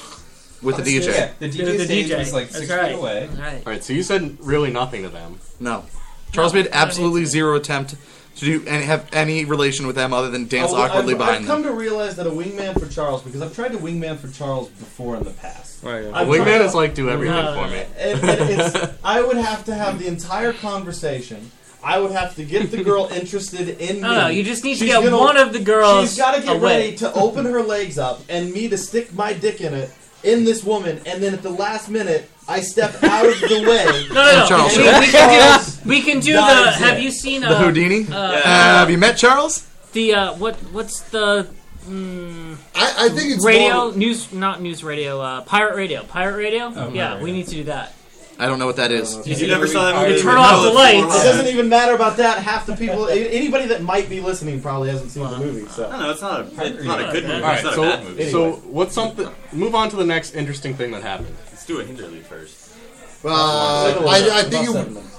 E: With the DJ.
I: Yeah, the
H: There was
I: DJ
H: a
I: stage
H: DJ.
I: was like
H: That's
I: six
H: right.
I: feet away.
H: That's right.
A: All right, so you said really nothing to them.
E: No. Charles made absolutely zero attempt to do and have any relation with them other than dance
D: Oh, well,
E: awkwardly
D: I've,
E: behind
D: I've come
E: them.
D: to realize that a wingman for Charles, because I've tried to wingman for Charles before in the past.
J: Right, yeah.
D: I've tried
A: Wingman
D: to-
A: is like do everything
H: No.
A: for me.
D: and, and it's, I would have to have the entire conversation. I would have to get the girl interested in me.
H: (laughs) No, no, Oh, you just need to
D: She's
H: get
D: gonna-
H: one of the girls.
D: She's got to get
H: away.
D: ready to open her legs up and me to stick my dick in it in this woman, and then at the last minute I step out of the way.
H: (laughs) No, no, no.
E: Oh, Charles.
H: We, we can do, we can do the.
D: Dives
H: Have
D: in.
H: you seen
E: The
H: uh,
E: Houdini?
H: uh,
E: have you met Charles?
H: the uh, what? What's the mm,
F: I, I think it's
H: radio
F: More, Oh,
H: news? Not news radio. Uh, pirate radio. Pirate radio. yeah,
I: pirate
H: we
I: radio.
H: need to do that.
E: I don't know what that is.
G: you never saw that movie?
H: turn off the lights.
D: It doesn't even matter about that. Half the people, a- anybody that might be listening, probably hasn't seen the movie. So
G: No, no, it's not a, it's not a good movie.
A: All right,
G: it's not
A: so
G: a bad movie.
A: so
D: Anyway.
A: what's something? Move on to the next interesting thing that happened.
G: Let's do a Hinderly first.
F: Uh, I, I think you,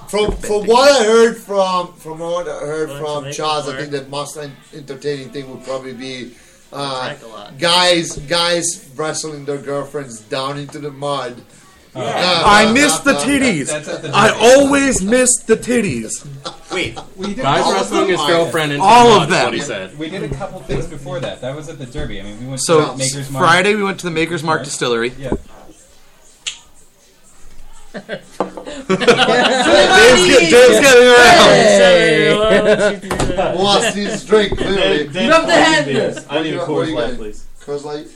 F: from from what I heard from from what I heard
H: Well,
F: from
H: to make it
F: Charles, I
H: work.
F: think the most en- entertaining thing would probably be uh,
H: Crack a lot.
F: guys guys wrestling their girlfriends down into the mud. Uh,
E: I missed the
F: uh,
E: titties.
I: That's at the
E: I always missed the titties.
G: Wait,
I: we did,
A: Guys
I: all of
A: wrestling
I: them?
A: his girlfriend into
E: All
A: the
E: of
A: mud, is
E: them.
A: What he said.
I: We did a couple things before that. That was at the Derby. I mean, we went
E: So
I: to Maker's Mark.
E: Friday we went to the Maker's Mark Distillery.
I: Yeah.
E: Dave's get- Dave's getting around.
H: Hey.
F: uh, Lost his drink clearly.
J: up the hand.
D: I need a
F: What do
D: Coors
F: you
D: Light,
F: got?
D: please.
F: Cause like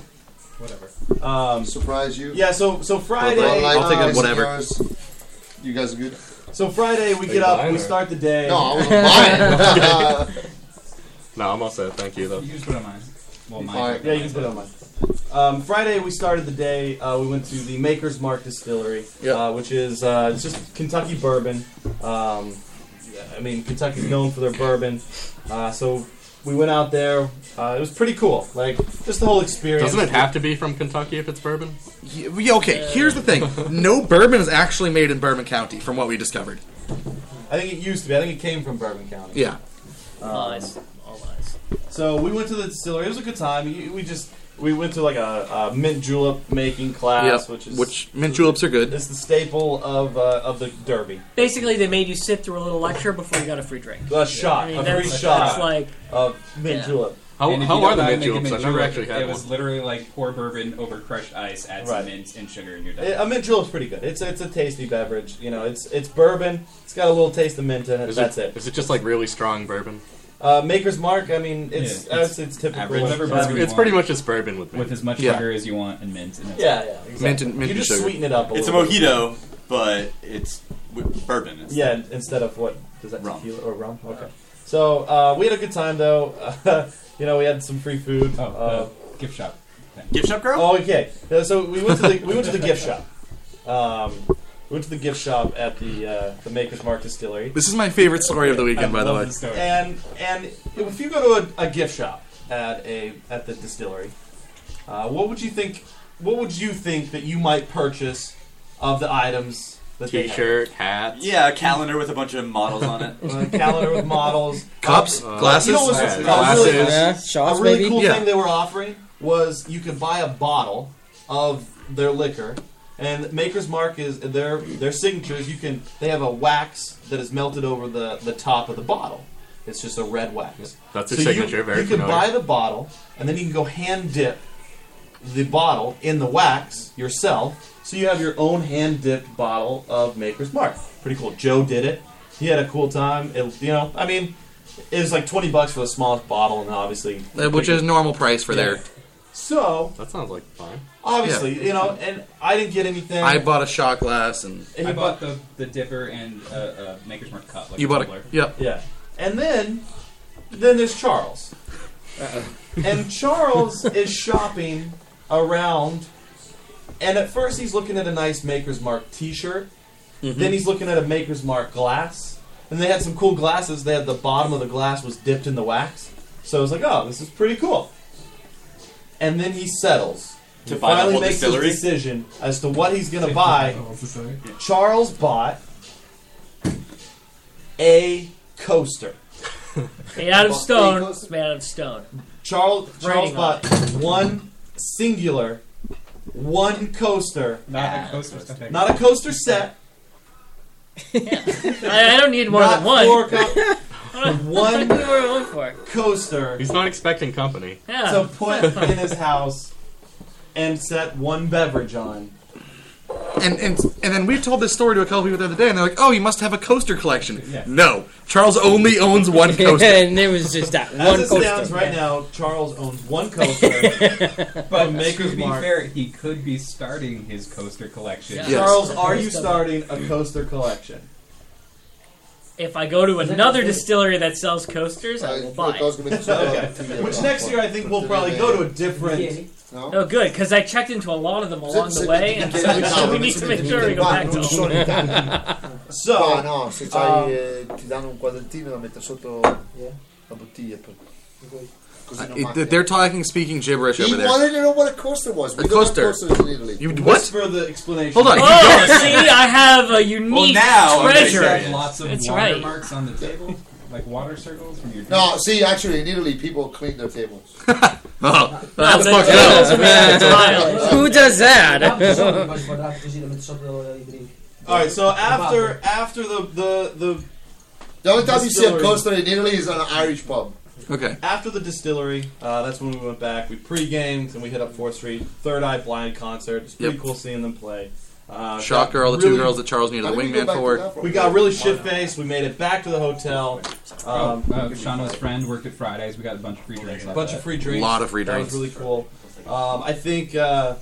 I: Whatever.
D: Um,
F: surprise you.
D: yeah, so so Friday.
F: Bud Light,
E: I'll take a
F: is
E: whatever.
F: yours. You guys are good.
D: So Friday we
A: Are
D: get
A: you
D: up,
A: blind
D: we
A: or-
D: start the day.
F: No, I was lying.
A: No, I'm all set. Thank you though.
I: You just put on mine. Well, mine.
F: Alright.
D: Yeah, you can put it on mine. Um, Friday, we started the day. Uh, we went to the Maker's Mark Distillery,
E: Yep.
D: uh, which is uh, it's just Kentucky bourbon. Um, I mean, Kentucky's known for their bourbon, uh, so we went out there. Uh, it was pretty cool. Like just the whole experience.
A: Doesn't it have to be from Kentucky if it's bourbon?
E: Y- yeah, okay, here's the
A: (laughs)
E: thing. No bourbon is actually made in Bourbon County, from what we discovered.
D: I think it used to be. I think it came from Bourbon County. Um,
E: Yeah.
H: Lies. All lies.
D: So we went to the distillery. It was a good time. You- We just we went to like a, a mint julep making class,
E: Yep,
D: which is
E: mint juleps are good.
D: is the staple of uh, of the Derby.
H: Basically, they made you sit through a little lecture before you got a free drink.
D: A shot,
H: I mean,
D: a free
H: that's,
D: shot
H: that's like
D: of mint
H: Yeah.
D: julep.
A: How,
I: And if
A: how
I: you
A: are
I: don't
A: the
I: know how to
A: mint
I: make a
A: juleps? I've
I: mint
A: never
I: julep,
A: actually
I: It
A: had
I: was
A: one.
I: literally like pour bourbon over crushed ice, add
D: Right.
I: some mint and sugar, and you're done.
D: A mint julep's pretty good. It's it's a tasty beverage. You know, it's it's bourbon. It's got a little taste of mint in it.
A: Is
D: That's
A: it.
D: it.
A: Is it just like really strong bourbon?
D: Uh, Maker's Mark. I mean, it's
I: Yeah,
D: I would
I: it's
D: say it's typical.
I: average. Whatever
D: Yeah.
I: bourbon
A: It's,
I: you
A: it's
I: want.
A: pretty much just bourbon with me.
I: with as much
E: Yeah.
I: sugar as you want and mint. And that's
D: Yeah, yeah. Exactly.
E: Mint and- mint
D: you
E: and
D: just
E: sugar.
D: sweeten it up. A
G: It's a
D: little bit.
G: mojito, but it's with bourbon. Instead.
D: Yeah, instead of what does that
G: Rum.
D: tequila or rum? Okay. So uh, we had a good time though. (laughs) you know, we had some free food.
I: Oh,
D: Uh,
I: the gift shop.
G: Gift shop girl.
D: Oh, okay. Uh, So we went to the we went to the gift shop. Um, we went to the gift shop at the uh, the Maker's Mark Distillery,
E: This is my favorite story of the weekend,
I: I
E: by the
I: love
E: way.
I: this story.
D: and and if you go to a, a gift shop at a at the distillery, uh, what would you think? What would you think that you might purchase of the items that they have?
A: T-shirt, hats.
G: Yeah, a calendar with a bunch of models on
D: (laughs)
G: it.
D: Uh,
E: (laughs)
D: calendar with
A: (laughs)
D: models,
E: Cups,
A: Uh,
E: glasses.
D: You know what's-
A: Yeah,
D: uh,
A: glasses.
D: really-
J: Yeah,
D: a
J: shots
D: really
J: maybe.
D: cool
E: Yeah.
D: thing they were offering was you could buy a bottle of their liquor, and Maker's Mark is their their signatures. You can they have a wax that is melted over the the top of the bottle. It's just a red wax.
A: That's
D: So
A: their signature.
D: you,
A: very
D: you can
A: familiar.
D: buy the bottle, and then you can go hand dip the bottle in the wax yourself. So you have your own hand dipped bottle of Maker's Mark. Pretty cool. Joe did it. He had a cool time. It, you know, I mean, it was like twenty bucks for the smallest bottle, and obviously,
E: Uh, which is normal price for there.
D: so
A: That sounds like fun.
D: obviously, you know, and I didn't get anything.
E: I bought a shot glass and
D: and
I: I
D: he
I: bought the, the dipper and uh, uh, Maker's Mark cup. Like
E: you bought a
I: tumbler.
E: yep.
D: yeah, and then then there's Charles, and Charles is shopping around, and at first he's looking at a nice Maker's Mark T-shirt,
G: Mm-hmm.
D: then he's looking at a Maker's Mark glass, and they had some cool glasses. They had the bottom of the glass was dipped in the wax, so I was like, oh, this is pretty cool. And then he settles.
G: To
D: He
G: buy the
D: finally
G: whole
D: makes
G: distillery?
D: his decision as to what he's gonna buy. Charles bought a coaster.
H: made out of
F: Bought
H: stone.
F: bagels.
H: It's made out of stone.
D: Charles Charles
H: Writing on
D: bought one singular, one coaster,
I: Not
H: Yeah.
I: a coaster. stuffing.
D: not a coaster set,
H: I, I don't need more
D: not
H: than one.
D: four
H: (laughs)
D: co-
H: I
D: one
H: need more than one for.
D: coaster
A: He's not expecting company.
H: Yeah.
D: to put in his house and set one beverage on.
E: And and and then we told this story to a couple people the other day, and they're like, "Oh, you must have a coaster collection."
I: Yeah.
E: No, Charles only owns one coaster.
J: and it was just that
D: As
J: one
D: it
J: coaster.
D: stands right now, Charles owns
I: (laughs)
J: (laughs)
D: one coaster. Oh,
I: But
D: Maker's
I: to be
D: Mark.
I: fair, he could be starting his coaster collection.
H: Yeah.
E: Yes.
D: Charles, are you starting
I: (laughs)
D: a coaster collection?
H: If I go to another distillery that sells coasters, I will buy. it.
D: Which next year I think we'll probably go to a different.
H: Oh, good, because I checked into a lot of them along the way, and
D: (laughs)
H: so we, so we need to make sure we go back to them.
F: Ah,
D: So um,
F: no, se c'hai, eh, ti danno un quadrettino da mettere sotto la bottiglia. per- Così non
E: Uh,
F: manca.
E: it- they're talking, speaking gibberish over
F: He
E: there.
F: wanted to know what a coaster was. We
E: A
F: don't have
E: coaster.
F: coasters in Italy.
E: You
D: what's
E: what?
D: for the explanation?
E: Hold on. you
H: Oh,
E: don't-
H: see, I have a unique
G: now I'm
I: You
H: treasure.
G: excited.
I: have lots of
H: It's right.
I: watermarks on the table, like water circles from your.
F: No, see, actually, in Italy, people clean their tables.
E: (laughs) Oh,
H: No,
E: that's
H: the
E: fucked
H: tables
E: up.
H: are made out of tiles.
J: Who does that?
H: (laughs)
D: All right. So after after the the the
F: The only time you see a
D: Distillery.
F: coaster in Italy is on an Irish pub.
E: Okay.
D: after the distillery, uh, that's when we went back. We pre-gamed and we hit up Fourth Street, Third Eye Blind concert. It's pretty
E: Yep.
D: cool seeing them play. Uh,
E: Shot
D: got
E: girl, the two
D: really-
E: girls that Charles needed a
F: How did we go
E: wingman
F: back to
E: for.
F: that from?
D: We got really shit faced. We made it back to the hotel.
I: Oh,
D: Um,
I: uh, Shauna's friend worked at Fridays. We got a bunch of free drinks.
D: a
I: off
D: bunch
I: that.
D: of free
E: A
D: drinks.
E: lot of free
D: That
E: drinks.
D: was really cool. Um, I think uh,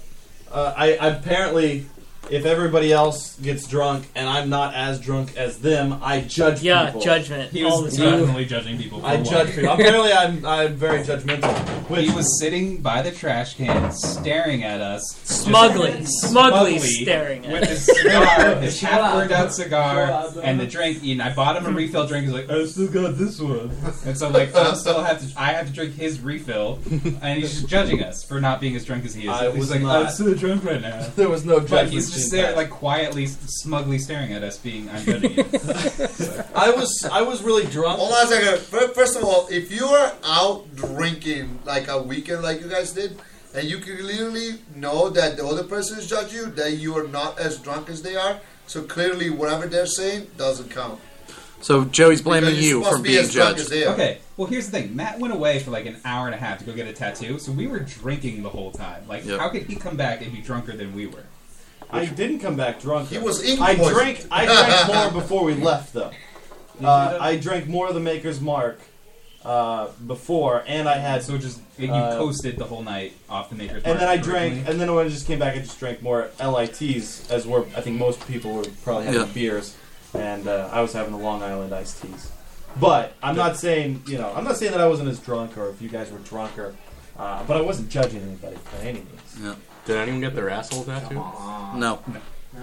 D: uh, I, I apparently if everybody else gets drunk and I'm not as drunk as them, I judge
H: Yeah,
D: people.
H: judgment
I: He
H: all
I: was
H: the time.
I: definitely judging people. For
D: I
I: one.
D: judge people. Apparently, I'm I'm very judgmental. Which
I: He was sitting by the trash can, staring at us, just
H: Smugly, smugly
I: smugly
H: staring at.
I: with
H: us.
I: his
D: (laughs)
I: cigar, his half burned out cigar, and the drink. And I bought him a refill drink. He's like, I still got this one, and so like I still have to. I have to drink his refill, and he's just judging us for not being as drunk as he is.
D: I
I: he's
D: was
I: like,
D: not.
I: I'm still drunk right now.
D: (laughs) there was no
I: But
D: judgment.
I: he's just
D: being
I: there,
D: passed.
I: like quietly, smugly staring at us, being I'm judging you.
D: I was I was really drunk.
F: Hold on a second. Fir- First of all, if you are out drinking like a weekend like you guys did, and you can clearly know that the other person is judging you, that you are not as drunk as they are, so clearly whatever they're saying doesn't count.
E: So Joey's blaming
F: Because
E: you
F: supposed
E: for
F: to be
E: being
F: as drunk as
E: judged.
F: they are.
I: Okay. Well, here's the thing. Matt went away for like an hour and a half to go get a tattoo, so we were drinking the whole time. Like,
E: Yep.
I: how could he come back and be drunker than we were?
D: I didn't come back drunk.
F: He
D: though.
F: was ink
D: I
F: poisoned.
D: drank.
F: (laughs)
E: (laughs)
D: I drank more before we left, though. Uh, I drank more of the Maker's Mark uh, before, and I had.
I: So just and you
D: Uh,
I: coasted the whole night off the Maker's
D: and
I: Mark
D: then I
I: originally.
D: drank, and then when I just came back, I just drank more LITs, as were I think most people were probably having
E: Yeah.
D: beers, and uh, I was having the Long Island iced teas. But I'm not saying you know I'm not saying that I wasn't as drunk or if you guys were drunker, uh, but I wasn't judging anybody by any means.
A: Did anyone get their asshole tattooed?
E: No.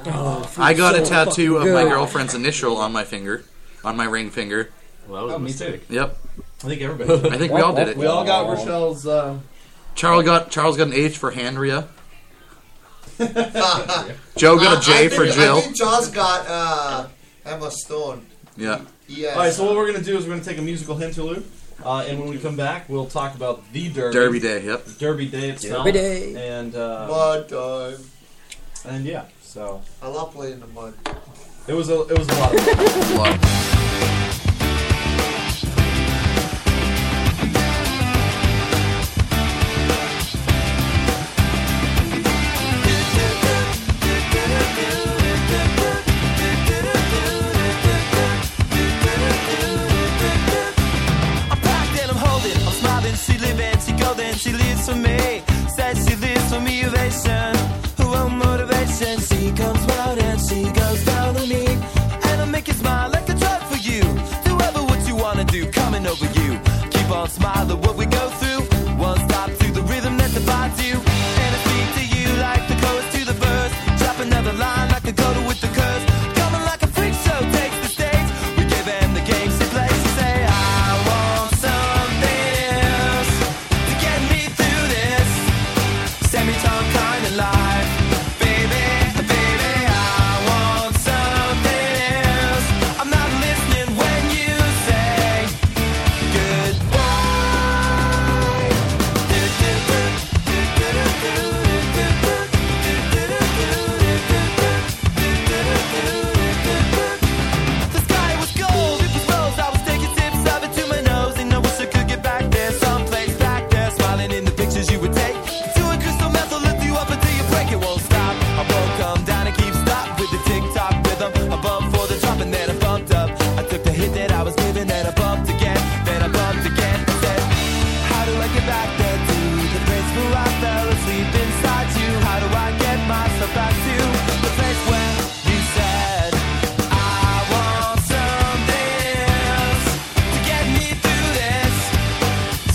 J: Oh,
E: I got a tattoo of my
J: good.
E: girlfriend's initial on my finger, on my ring finger.
A: Well, that was
I: Oh,
A: a
I: me
A: mistake.
E: Yep.
D: I think everybody.
E: (laughs) I think we all did it.
D: we all got Rochelle's. Uh,
E: Charles got Charles got an H for Handria. Joe
F: I-
E: got a
F: I
E: J
F: think-
E: for
F: I
E: Jill.
F: think Charles got uh, Emma Stone.
E: Yeah.
F: Yes.
D: All right, so what we're gonna do is we're gonna take a musical interlude, uh, and when we come back, we'll talk about the Derby,
E: Derby Day. Yep.
D: Derby Day itself,
J: Derby Day.
D: and uh,
F: mud time.
D: and yeah, so
F: I love playing in the mud.
D: it was a it was a lot. Of (laughs) fun.
E: Love.
C: I'm packed and I'm holding, I'm smiling. She living, she golden, she lives for me. Says she lives for me, ovation. Who own motivation? She comes round and she goes down on me. And I make you smile like a drug for you. Do ever what you wanna do, coming over you. Keep on smiling what we go through. One stop to the rhythm that divides you. And I speak to you like the chorus to the verse. Drop another line like a coda with the curse. Coming like a freak show takes the stage. We give him the game she plays. She say, I want something else to get me through this semitone kind of life. Baby, baby, I want something else. I'm not listening when you say goodbye. Do-do-do. The sky was gold, it was rose. I was taking sips of it to my nose, and I wish I could get back there, someplace back there, smiling in the pictures you would take. Doing crystal meth will lift you up until you break. It won't stop. I won't come down and keep stop with the tick tock rhythm. I bumped for the drop and then I bumped up. I took the hit that I was giving, then I bumped again, then I bumped again. I Said, How do I get back there to the place where I fell asleep inside you? How do I get myself back to the place where you said? I want something else to get me through this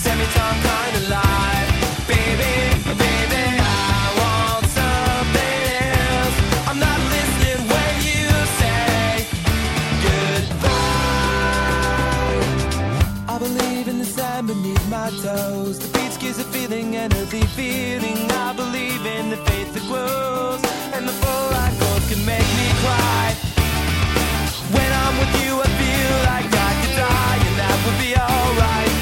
C: semitone kind of life, baby, baby. I want something else. I'm not listening when you say goodbye. I believe in the sand beneath my toes. The beach gives a feeling, an earthy feeling. I believe in the faith that grows, and the full light goals can make me cry. When I'm with you, I feel like I could die, and that would be alright,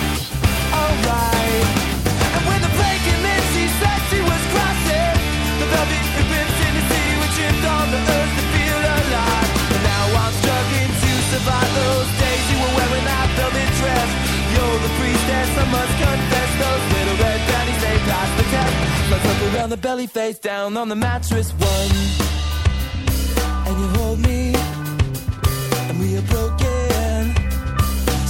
C: alright. And when the plane came in, she said she was crashing. The velvet ripped in the sea, we tripped on the earth to feel alive. And now I'm struggling to survive those days you were wearing that velvet dress. You're the priestess, I must confess. Those little red panties, they pass the test. Let's look around the belly, face down on the mattress. One, and you hold me and we are broken.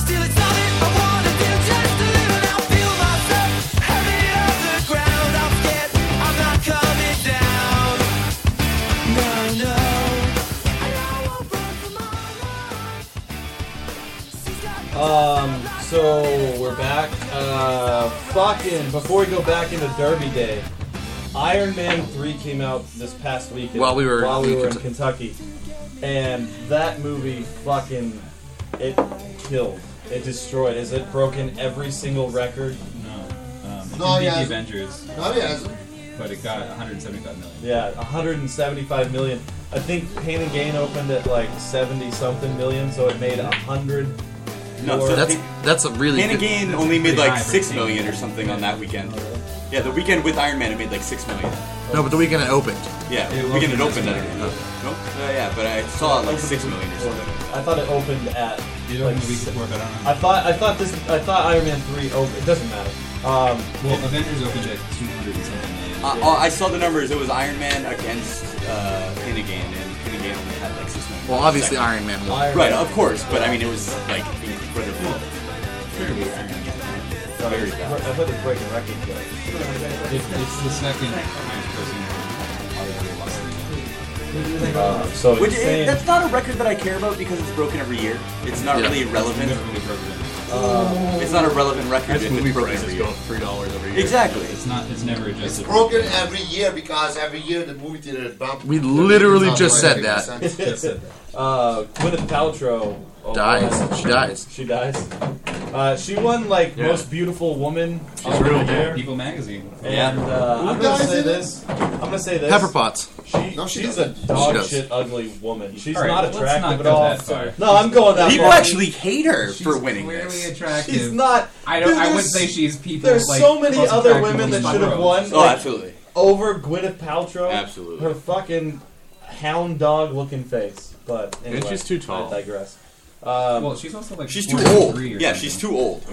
C: Still, it's not it I wanna do. Just to live and I feel myself heavy underground. I'm scared I'm not coming down. No,
D: Um, Uh, fucking before we go back into Derby Day, Iron Man Three came out this past weekend
E: While we were
D: while we
E: in
D: were in Kentucky, and that movie fucking it killed. It destroyed. Has it broken every single record?
I: No. Um,
F: No,
I: it did beat
F: yeah.
I: the Avengers,
F: No, he hasn't.
I: but it got 175 million.
D: Yeah, 175 million. I think Pain and Gain opened at like 70 something million, so it made 100.
G: No,
D: more-
G: so
E: That's that's a really
G: Pain
E: good,
G: Again only made like
I: high for
G: six
I: Pain
G: million or something on that weekend. Yeah, the weekend with Iron Man it made like six million.
E: no, but the weekend it opened.
G: Yeah,
I: It
G: weekend it
I: opened
G: opened at
I: this
G: it.
I: weekend.
G: Nope. Uh, yeah, but I saw it like six million or something.
D: I thought it opened at
I: It
D: like
I: opened the week
D: se-
I: before, but I don't know.
D: I thought I thought this I thought Iron Man three. Oh, it doesn't matter. Um,
I: Well, Avengers opened at 200 and something million.
G: Uh, oh, I saw the numbers. It was Iron Man against uh, Pain Again, and Pain Again only had like six million.
E: Well, obviously
G: Second.
E: Iron Man won.
D: Iron
G: Right,
D: Man-
G: of course, but I mean it was like incredible. Very
D: I
G: bad.
D: thought it was breaking records. though.
I: It, it's the second highest person Hollywood lost in the world. Uh,
D: Um, so it's
G: Which
D: insane.
G: that's not a record that I care about because it's broken every year. It's not
E: Yeah.
G: really
I: Never
G: relevant. Uh,
I: really broke it.
G: It's not a relevant record if it's broken every year.
E: three dollars every
G: Exactly.
I: It's not. It's never
F: It's
I: adjusted.
F: broken every year because every year the movie theater is bumped.
E: We literally
F: It's not
E: just said that.
F: 50%.
I: Just said that.
D: uh, Gwyneth Paltrow oh,
E: Dies. She dies.
D: She dies. Uh, she won like
A: Yeah.
D: most beautiful woman.
I: It's
D: of the
I: really
D: year.
I: People magazine.
G: Yeah.
D: And uh,
F: Who
D: I'm gonna
F: dies
D: say
F: in it?
D: this. I'm gonna say this.
E: Pepper Potts.
D: She,
F: No, she
D: she's
F: doesn't.
D: a dog
E: She does.
D: shit ugly woman. She's
I: All right,
D: not
I: let's
D: attractive
I: not
D: at
I: go
D: all.
I: that far.
D: No, I'm going that
G: People
D: far.
G: actually hate her
I: She's
G: for winning
I: clearly
G: this.
I: attractive.
D: She's not.
I: I don't. I
D: There's-
I: wouldn't say she's people.
D: There's
I: like,
D: so many
I: most
D: other
I: attractive
D: women that
I: in the
D: should have
I: world.
D: won
G: Oh,
D: like,
G: absolutely.
D: over Gwyneth Paltrow.
G: Absolutely.
D: Her fucking hound dog looking face. But anyway,
A: she's too tall.
D: I digress. Um,
I: Well, she's also like
G: She's too
I: 43
G: old.
I: or
G: Yeah, she's
I: something.
G: too old.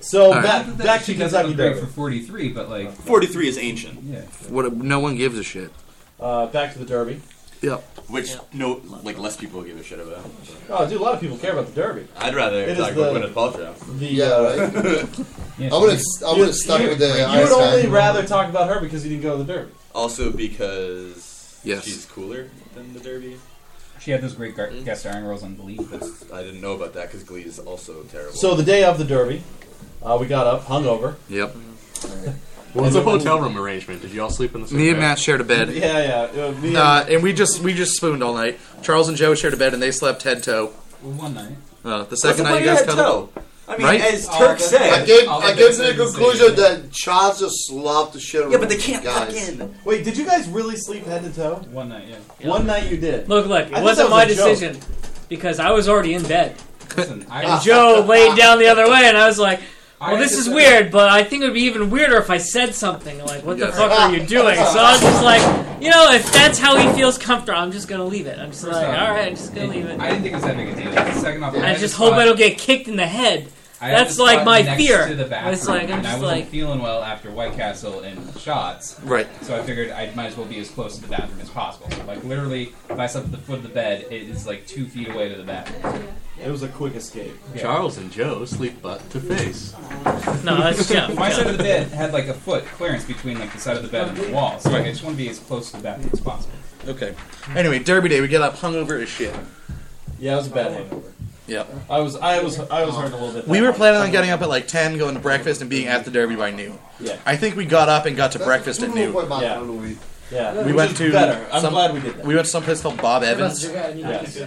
D: so
E: All right.
D: back
I: Not
D: back to
I: she doesn't
D: Kentucky
I: look great
D: Derby.
I: for 43, but like,
G: Forty-three is ancient,
I: yeah.
E: What? No one gives a shit.
D: Uh, back to the Derby.
E: Yep.
G: which no, like less people give a shit about.
D: Oh, dude, a lot of people care about the Derby.
G: I'd rather
D: It
G: talk
D: is
G: about
D: the-
G: Gwyneth Paltrow.
D: The
F: Yeah,
D: uh,
F: right.
D: (laughs)
I: yeah
F: I
I: she-
F: would have. I would have stuck
D: you-
F: with the.
D: You would
F: Iron Man.
D: only rather talk about her because you didn't go to the Derby.
G: Also because
E: Yes.
G: she's cooler than the Derby. Hmm?
I: She had those great gar- guest starring roles on Believe. But
G: I didn't know about that because Glee is also terrible.
D: So the day of the Derby, uh, we got up, hungover.
F: (laughs)
E: Yep.
A: Well, it's a hotel room arrangement. Did you all sleep in the same
E: Me and
A: bed?
E: Matt shared
G: (laughs)
E: a bed.
D: Yeah, yeah. uh, me and-
E: Uh, and we just we just spooned all night. Charles and Joe shared a bed, and they slept head toe.
I: one night.
E: Uh, the
G: What's
E: second
G: the
E: night
G: point
E: you guys
G: of that
E: cuddled.
G: toe? I mean,
E: Right?
G: as
I: Oh,
G: Turk
I: that's-
F: I
G: said.
F: gave.
I: I'll
F: I
I: let
F: came
I: them
F: to the
I: say
F: conclusion
I: it.
F: that Charles just loved the shit. out of
G: Yeah, but they can't
F: guys.
G: fucking.
D: Wait, did you guys really sleep head to toe?
I: One night, yeah.
D: One night you did.
H: Look, look, it
D: thought
H: wasn't
D: that was
H: my
D: a joke.
H: decision because I was already in bed.
I: Listen, I,
H: And Joe laid down the other way, and I was like,
I: I
H: well, this
I: just-
H: is weird, but I think it would be even weirder if I said something like, what the
E: Yes.
H: fuck are you doing? So I was just like, you know, if that's how he feels comfortable, I'm just going to leave it. I'm just
I: First
H: like,
I: off,
H: all right, I'm just going to leave
I: I
H: it.
I: didn't think it was that big a deal. Second off,
H: I just hope
I: thought-
H: I don't get kicked in the head.
I: I
H: that's
I: just
H: like
I: thought
H: my
I: next
H: fear.
I: To the bathroom,
H: It's like, I'm
I: and I
H: just
I: wasn't
H: like-
I: feeling well after White Castle and shots,
E: Right.
I: so I figured I might as well be as close to the bathroom as possible. So, like literally, if I slept at the foot of the bed, it is like two feet away to the bathroom.
D: It was a quick escape.
I: Yeah.
A: Charles and Joe sleep butt to face.
H: No, that's Joe.
I: (laughs) My side
H: Joe.
I: of the bed had like a foot clearance between like the side of the bed and the wall, so like, I just want to be as close to the bathroom as possible.
E: Okay. Anyway, Derby Day, we get up hungover as shit.
D: Yeah, it was a bad hangover.
E: Yep.
D: I was, I was, I was hurting a little bit. that
E: We were
D: night.
E: planning on getting up at like 10, going to breakfast, and being at the Derby by noon.
D: Yeah.
E: I think we got up and got to breakfast at noon.
D: Yeah. Yeah,
E: We
D: which
E: went
D: is
E: to
D: better. I'm
E: some-
D: glad we did that.
E: We went to some place called Bob Evans.
D: Yes.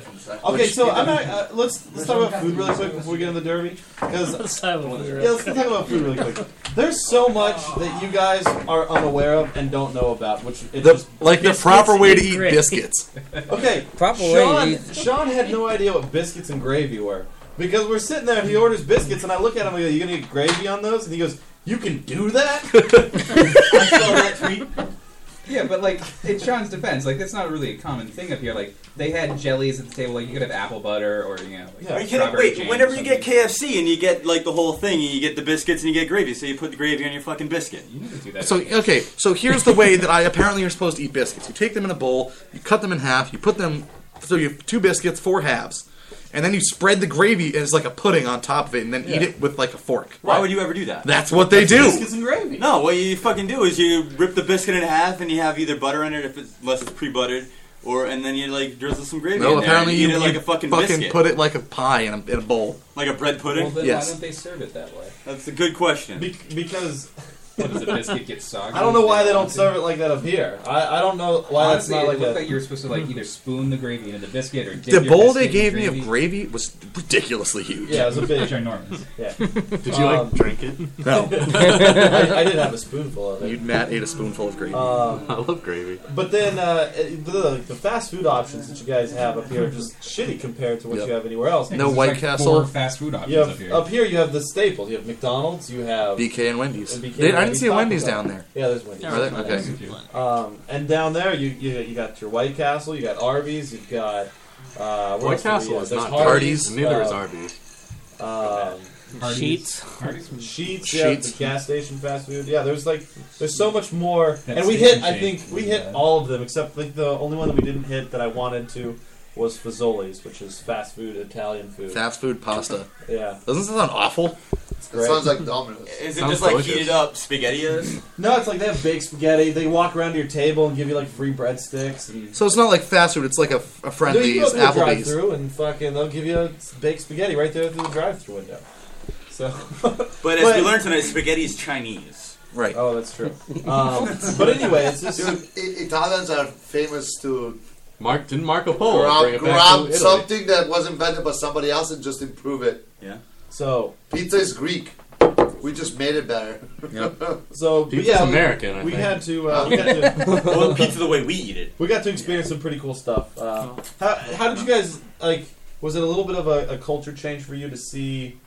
D: Okay, so I'm not, uh, let's let's talk about food really quick before we get into the derby,
J: (laughs)
D: because Yeah, let's talk about food really quick. There's so much that you guys are unaware of and don't know about, which it
E: The,
D: just
E: like the
H: Biscuits
E: proper way to
H: and
E: eat
H: gravy.
E: biscuits.
D: okay.
J: Proper way to
D: Sean,
J: eat.
D: Sean had no idea what biscuits and gravy were because we're sitting there. He orders biscuits, and I look at him. I go, "You gonna get gravy on those?" And he goes, "You can do that." I saw that tweet.
I: Yeah, but like in Sean's defense, like that's not really a common thing up here. Like they had jellies at the table. Like you could have apple butter or you know. Like,
D: Yeah.
G: Are you kidding?
I: strawberry
G: Wait,
I: jam
G: whenever
I: or
G: you get
I: something.
G: KFC and you get like the whole thing, and you get the biscuits and you get gravy, so you put the gravy on your fucking biscuit.
I: you never do that.
E: So okay, so here's the way that I (laughs) apparently are supposed to eat biscuits. You take them in a bowl, you cut them in half, you put them so you have two biscuits, four halves, and then you spread the gravy as like a pudding on top of it, and then eat it with like a fork.
G: Why would you ever do that?
E: That's what they do.
D: Biscuits and gravy.
G: No, what you fucking do is you rip the biscuit in half and you have either butter on it if it's, unless it's pre-buttered, Or and then you like drizzle some gravy.
E: No,
G: in there
E: apparently
G: and you
E: you,
G: eat it like
E: you
G: a fucking, biscuit,
E: put it like a pie in a, in a bowl.
G: like a bread
I: Well,
G: pudding.
I: then
E: Yes.
I: why don't they serve it that way?
G: That's a good question.
D: Be- because
I: What, does the biscuit get soggy?
D: I don't know why they don't serve it like that up here. I, I don't know why that's
I: Honestly,
D: not
I: it
D: like
I: looked
D: that.
I: like you were supposed to like either spoon the gravy into the biscuit or dip
E: The
I: your
E: bowl they gave
I: biscuit in
E: me
I: gravy.
E: of gravy was ridiculously huge.
D: Yeah, it was a
I: Which
D: big. (laughs)
A: (laughs)
I: are enormous.
A: Did you
D: Um,
A: like drink it?
E: No,
D: (laughs) I, I did have a spoonful of
E: you
D: it.
E: Matt ate a spoonful of gravy.
D: Um,
E: (laughs)
A: I love gravy.
D: but then uh, it- the, the fast food options that you guys have up here are just shitty compared to what
E: Yep.
D: you have anywhere else.
E: No
I: There's,
E: White
I: like,
E: Castle.
I: Four fast food options
D: You have,
I: up here.
D: up here, you have the staples. You have McDonald's. You have
E: BK and Wendy's.
D: And BK
E: They- I
D: Wendy's,
E: didn't see a
D: Taco
E: Wendy's
D: Bell.
E: down there.
D: yeah, there's Wendy's.
E: Are there? Okay.
D: Um, and down there, you, you you got your White Castle, you got Arby's, you've got uh, what
A: White
D: else do we
A: Castle
D: have?
A: is
D: There's
A: not
E: Hardee's.
A: Neither is
D: uh,
A: Arby's.
D: Um,
I: Hardee's.
H: Sheets.
I: Hardee's was-
D: Sheets, yeah,
E: Sheetz.
D: the gas station fast food. Yeah, there's like there's so much more,
I: That
D: and we
I: station
D: hit. I
I: chain
D: think we
I: was
D: hit
I: bad.
D: all of them except like the only one that we didn't hit that I wanted to was Fazoli's, which is fast food Italian food.
E: Fast food pasta.
D: yeah,
E: Doesn't that sound awful?
F: It sounds like Domino's.
G: Is it
A: Sounds
G: just like
A: delicious.
G: heated up spaghettios?
D: no, it's like they have baked spaghetti. They walk around to your table and give you like free breadsticks and.
E: So it's not like fast food. It's like a, a
D: No, you
E: friendlies,
D: can go through the
E: Applebee's.
D: drive-through and fucking they'll give you a baked spaghetti right there through the drive-through window. So, (laughs)
G: But as
D: But-
G: we learned tonight, spaghetti's Chinese.
E: Right.
D: oh,
G: (laughs)
D: that's true. Um, but anyway, it's just
F: Dude, I- Italians are famous to
A: Mark didn't Marco Polo bring
F: grab,
A: it back to
F: grab
A: Italy.
F: something that was invented by somebody else and just improve it.
D: so
F: Pizza is Greek. We just made it better. (laughs)
D: so. but
A: Pizza's
D: yeah, we-
A: American, I
D: we
A: think.
D: had to uh, we had to
G: Well, pizza the way we eat it.
D: we got to experience some pretty cool stuff. Uh, how how did you guys like? Was it a little bit of a, a culture change for you to see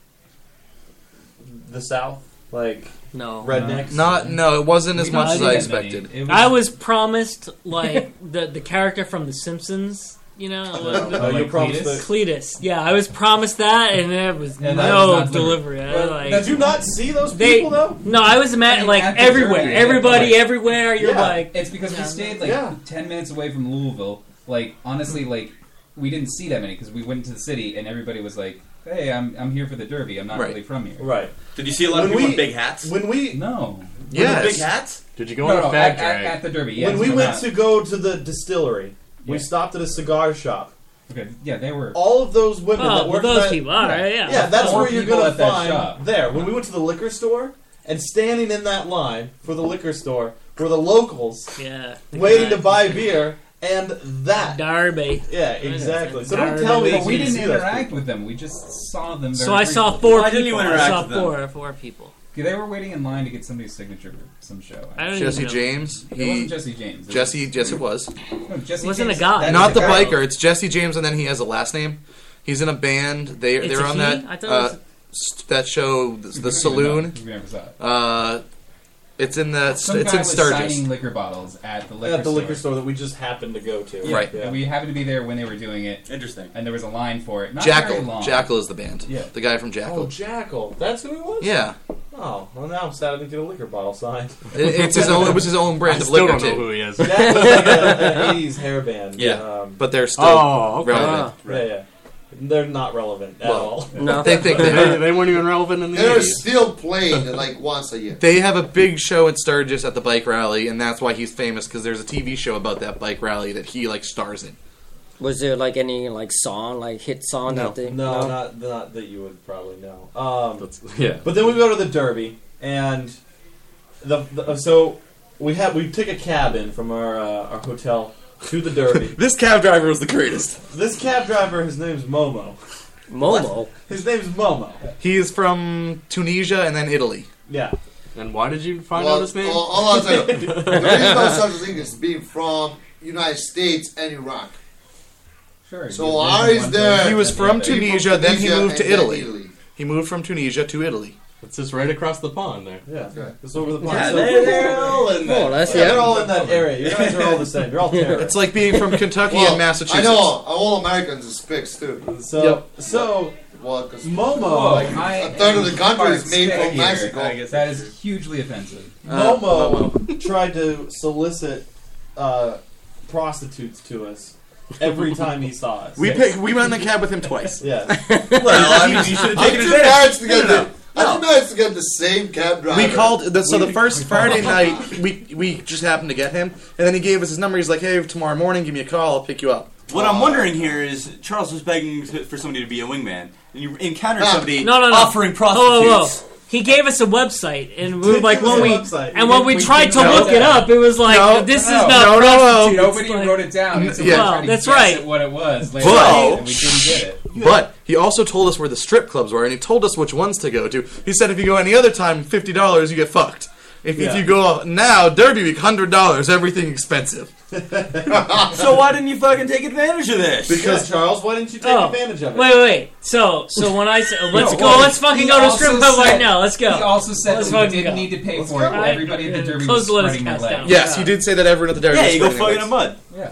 D: the South like
H: No.
D: rednecks?
E: Not no, it wasn't as
I: We
E: much
I: got
E: as I
I: many.
E: expected.
I: It
H: I was promised like (laughs) the the character from The Simpsons. You know, like, the-
D: Oh, you
I: Like
D: promised
I: Cletus?
D: that-
H: Cletus. Yeah, I was promised that, and there was
I: And that was
H: no
I: not
H: delivery. I,
I: Well,
H: like,
D: Did you not see those
H: They-
D: people though?
H: no, I was
I: I
H: mad
I: mean,
H: like
I: at the
H: everywhere,
I: jury,
H: everybody,
I: like-
H: everywhere. You're
D: Yeah.
H: like,
I: It's because
H: Yeah.
I: we stayed like
D: Yeah.
I: ten minutes away from Louisville. Like honestly, like we didn't see that many because we went into the city and everybody was like, "Hey, I'm I'm here for the Derby. I'm not
E: Right.
I: really from here."
D: Right.
G: Did you see a lot of
D: When
G: people
D: we-
G: in big hats?
D: When we
I: No,
G: With the big
E: Yes.
G: hats?
A: Did you
I: no,
A: go on
I: no,
A: a
I: at,
A: fat
I: at,
A: drag?
I: at the Derby. Yes,
D: when we
I: they're
D: went
I: not.
D: to go to the distillery, we
I: Yeah.
D: stopped at a cigar shop.
I: okay, yeah, they were.
D: All of those women
H: oh,
D: that
H: well,
D: worked
H: those
D: that-
H: people. All right, yeah.
D: Yeah, that's
I: More
D: where you're
I: people
D: gonna
I: at that
D: find
I: shop.
D: there. When we went to the liquor store and standing in that line for the liquor store were the locals
H: yeah. the
D: waiting to
H: guy.
D: buy beer and that.
H: Derby.
D: Yeah,
H: is
D: exactly.
H: it?
D: So don't tell me
H: Darby.
D: that
I: But
D: you
I: we
D: didn't
I: didn't
D: see those people.
I: interact with them. We just saw them. Very
H: So I saw
I: briefly.
H: four.
G: Why didn't you
H: people. I
G: interact
H: saw
G: with them?
H: four, four people.
I: They were waiting in line to get somebody's signature for some show.
H: I don't even
E: Jesse
H: know.
E: James.
I: it wasn't
E: He
I: Jesse James. It
E: Jesse yes it was.
I: was- no, Jesse
H: It wasn't
I: James-
H: a guy.
I: that is
E: Not
I: a
E: the
I: guy.
E: biker. It's Jesse James, and then he has a last name. He's in a band. They
H: It's
E: they're
H: a
E: on
H: he?
E: that
H: I thought it
E: uh,
H: was-
E: st- that show, the,
I: We
E: the
I: don't even
E: saloon.
I: know. We never saw it.
E: Uh, it's in the
I: Some
E: it's
I: guy
E: in
I: was
E: Sturgis.
I: signing liquor bottles at the liquor
D: At the
I: store.
D: liquor store that we just happened to go to.
I: Yeah,
E: Right.
I: and
D: Yeah.
I: We happened to be there when they were doing it,
G: Interesting.
I: and there was a line for it. Not very
E: Jackal.
I: long.
E: Jackal is the band.
I: Yeah.
E: The guy from
D: Oh,
E: Jackal.
D: Jackal. That's who he was?
E: yeah.
D: Oh, well, now I'm sad I didn't get a liquor bottle signed.
E: It, it's his own. It was his own
A: I
E: brand of
A: still
E: liquor
A: don't know
E: too.
A: who he is. (laughs)
D: That was like a, an 80s hairband.
G: Yeah.
D: Um,
E: But they're still.
A: Oh, okay.
E: relevant.
D: yeah, yeah. They're not relevant at
E: Well,
D: all.
J: No.
D: (laughs)
E: They think they
A: They, they weren't even relevant in the
F: They're
A: 80s.
F: still playing like once a year.
E: They have a big show in Sturgis at the bike rally, and that's why he's famous because there's a TV show about that bike rally that he like stars in.
J: Was there like any like song, like hit song
E: No.
J: that they?
D: No, not not that you would probably know. Um,
A: Yeah.
D: but then we go to the Derby, and the, the uh, so we have we took a cab in from our uh, our hotel to the Derby.
E: (laughs) This cab driver was the greatest.
D: this cab driver, his name's Momo.
J: Momo.
D: (laughs) His name's Momo.
E: He is from Tunisia and then Italy.
D: Yeah,
A: And why did you find out
F: Well,
A: his name?
F: all, all I'll
E: (laughs)
F: say,
D: (laughs)
F: there is no such thing as being from United States and Iraq.
I: Sure.
F: So
I: you live in
F: R
I: one
F: is
I: place,
F: there.
E: He was
I: and
E: from
I: the other.
E: Tunisia, then he
F: Tunisia
E: moved to
F: and then
E: Italy. He moved from Tunisia to Italy.
A: it's just right across the pond there.
D: yeah.
F: right.
D: It's over the pond.
G: Yeah,
D: So-
G: they're, they're all in
J: Oh,
G: there.
J: that's
D: yeah, they're
J: yeah.
D: all in that area. You guys are all the same. You're all
E: It's
D: terrorists.
E: like being from Kentucky
F: Well,
E: and Massachusetts.
F: I know all Americans is pigs too.
D: So
E: Yep.
D: so
F: Well, 'cause-
D: Momo.
I: Oh,
D: like,
I: I
F: a third of the
I: am
F: country is
I: part
F: made
I: stick
F: from
I: here.
F: Mexico.
I: I guess That is hugely offensive.
E: Uh,
D: Momo, tried to solicit uh, prostitutes to us
E: (laughs)
D: every time he saw us.
E: We pick, we went in the cab with him twice.
D: Yeah.
E: (laughs)
G: Well, I mean, you should have
F: I'm
G: taken
F: too
G: advantage.
F: embarrassed to get
G: No, no,
F: it. I think I got the same cab driver.
E: Oh. We called the, so the
G: (laughs)
E: first Friday night we we just happened to get him, and then he gave us his number. He's like, "Hey, tomorrow morning, give me a call. I'll pick you up."
G: What I'm wondering here is Charles was begging to- for somebody to be a wingman, and you encountered somebody
H: No, no, no.
G: offering
H: Whoa,
G: prostitutes.
H: whoa, whoa. He gave us a website, and we were like,
D: give
H: when
D: us a
H: we
D: website.
H: and
D: We
H: when
D: did-
H: we
D: we
H: tried
D: did
H: to
D: know
H: look it
D: that.
H: up, it was like,
E: No,
H: this
I: no,
H: is
E: no, no,
H: not prostitutes.
I: Nobody
H: Like,
I: wrote
D: (laughs)
I: it down. It's
E: Yeah.
I: yeah. Trying to
H: That's
I: guess
H: right.
I: at what it was later
E: But-
I: on, and we didn't get it.
E: But he also told us where the strip clubs were, and he told us which ones to go to. He said if you go any other time, fifty dollars, you get fucked. If, if you go now, Derby Week, hundred dollars, everything expensive.
G: (laughs) So why didn't you fucking take advantage of this?
D: Because Charles, why didn't you take
H: Oh,
D: advantage of it?
H: Wait, wait, wait. So, so when
D: (laughs)
H: I said, let's
I: No,
H: go,
I: well,
H: let's fucking
I: he
H: go to a
I: also
H: strip club
I: said-
H: right now. Let's
I: He
H: go.
I: also said
H: Let's
I: that we
H: fucking
I: didn't
H: go.
I: need to pay
D: Let's
I: for it.
D: go.
I: while Everybody at the derby
H: Close
I: was
H: the letters
I: spreading their
H: cast
I: legs.
H: down.
E: Yes,
H: Yeah.
E: he did say that everyone at the Derby.
G: yeah,
E: was
G: you go
E: spending their
G: fucking in
E: lives.
G: mud.
I: Yeah.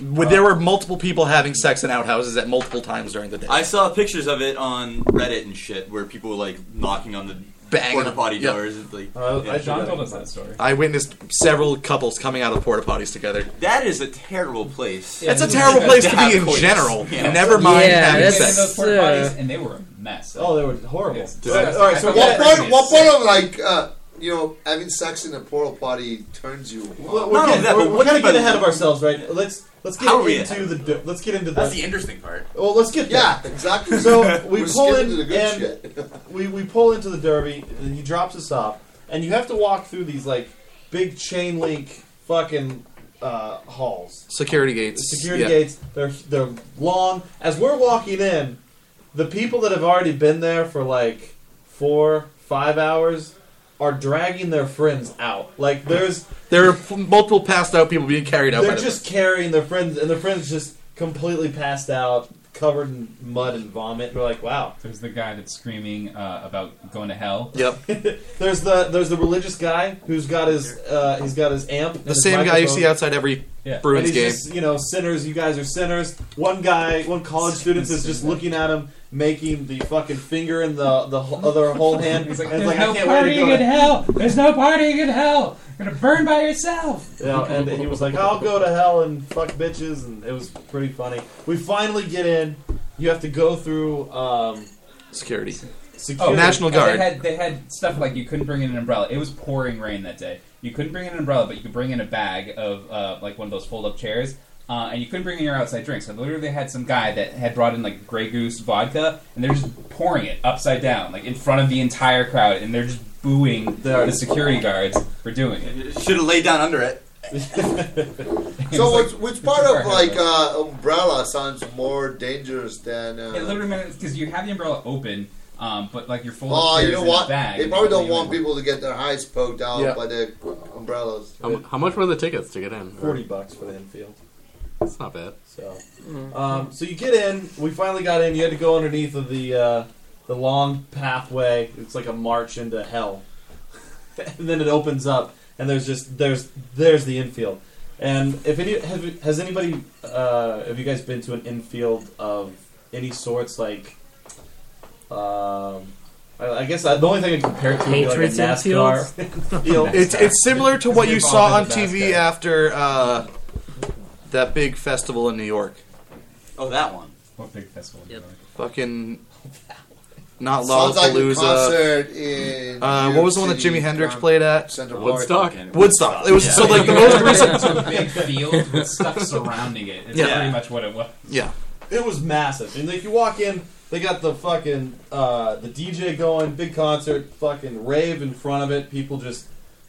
E: But There were multiple people having sex in outhouses at multiple times during the day.
G: I saw pictures of it on Reddit and shit, where people were like knocking on the
E: Bang.
G: porta potty
E: Yeah.
G: doors. And, like,
D: Uh,
G: yeah.
D: I should-
I: John told us that story.
E: I witnessed several couples coming out of porta potties together.
G: that is a terrible place.
E: It's a terrible place to
G: have
E: be in
G: coitus.
E: general.
G: Yeah.
E: Never mind
J: Yeah,
E: having
I: We've been in
E: sex.
I: those porta
J: uh,
I: potties, and they were a mess.
D: Oh, they were horrible.
I: Yes.
D: All right, all right, so
I: I
D: what
F: What
I: forgot
D: part?
F: part? What part of like uh, you know having sex in a portal party turns you?
D: We're,
G: Not only
D: getting,
G: that,
D: we're,
G: but
D: we're
G: what
D: kind of
G: about-
D: getting ahead of ourselves, right? Let's let's get
G: How are we
D: into
G: ahead?
D: the d- let's get into the,
G: That's the interesting part.
D: well, let's get there.
F: Yeah, exactly.
D: So we
F: We're
D: pull
F: skipping
D: in
F: to the good
D: and
F: shit.
D: we, we pull into the derby. and He drops us off, and you have to walk through these like big chain link fucking uh, halls,
E: Security gates.
D: security
E: yeah.
D: gates. They're they're long. As we're walking in, the people that have already been there for like four five hours are dragging their friends out. Like there's
E: There are f- multiple passed out people being carried out.
D: they're
E: by the-
D: just carrying their friends, and their friends just completely passed out, covered in mud and vomit. We're like, wow.
I: There's the guy that's screaming uh, about going to hell.
E: Yep.
D: (laughs) There's the there's the religious guy who's got his uh, he's got his amp.
E: The same guy you see outside every
I: Yeah.
E: Bruins game.
D: Just, you know, sinners. You guys are sinners. One guy, one
I: (laughs)
D: college student is just looking at him, making the fucking finger in the the ho- other whole hand.
I: He's like,
D: and
I: there's
D: it's like,
I: no
D: I can't wait to
I: partying
D: go
I: in
D: to-"
I: hell. There's no partying in hell. You're gonna burn by yourself.
D: You know, and he was like, I'll go to hell and fuck bitches, and it was pretty funny. We finally get in. You have to go through um,
E: security.
D: security.
E: Oh, National
I: and
E: Guard.
I: They had they had stuff like you couldn't bring in an umbrella. It was pouring rain that day. You couldn't bring in an umbrella, but you could bring in a bag of uh, like one of those fold up chairs. Uh, and you couldn't bring in your outside drinks. So literally, they had some guy that had brought in like Grey Goose vodka, and they're just pouring it upside down, like in front of the entire crowd, and they're just booing
D: There.
I: the security guards for doing it.
G: (laughs) Should have laid down under it.
F: So
I: It's
F: which, which part of
I: super
F: like
I: heavy.
F: uh, umbrella sounds more dangerous than? Uh,
I: It (laughs) literally meant because you have the umbrella open, um, but like you're full
F: oh,
I: of
F: you
I: chairs
F: know
I: in a
F: what?
I: bag.
F: They probably don't want people to get their eyes poked out
E: Yeah.
F: by the umbrellas.
A: How, mu- how much were the tickets to get in?
D: Forty
A: (laughs)
D: bucks for the infield.
H: (laughs)
A: It's not bad.
D: So, um, so you get in. We finally got in. You had to go underneath of the uh, the long pathway. It's like a march into hell, (laughs) and then it opens up, and there's just there's there's the infield. And if any have, has anybody uh, have you guys been to an infield of any sorts? Like, um, I, I guess I, the only thing I compare it to would be like a
H: Patriots
F: (laughs)
D: (laughs) NASCAR field.
E: It's it's similar to what you
I: It's
E: saw on
I: involved in the
E: TV
I: basket.
E: after uh, that big festival in New York.
G: Oh, that one.
I: What big festival?
H: Yep.
E: Fucking not
F: Sounds like a
E: Lollapalooza.
F: concert in.
E: Uh,
F: New
E: what was the
F: York
E: one that
F: City,
E: Jimi Hendrix
F: Grand-
E: played at?
F: Central Park.
A: Woodstock.
E: Woodstock. It was so like the
I: (laughs)
E: most recent. (laughs)
I: It's a big field with stuff surrounding it. It's
E: Yeah.
I: pretty much what it was.
E: Yeah.
D: It was massive. And like you walk in, they got the fucking uh, the DJ going, big concert, fucking rave in front of it. People just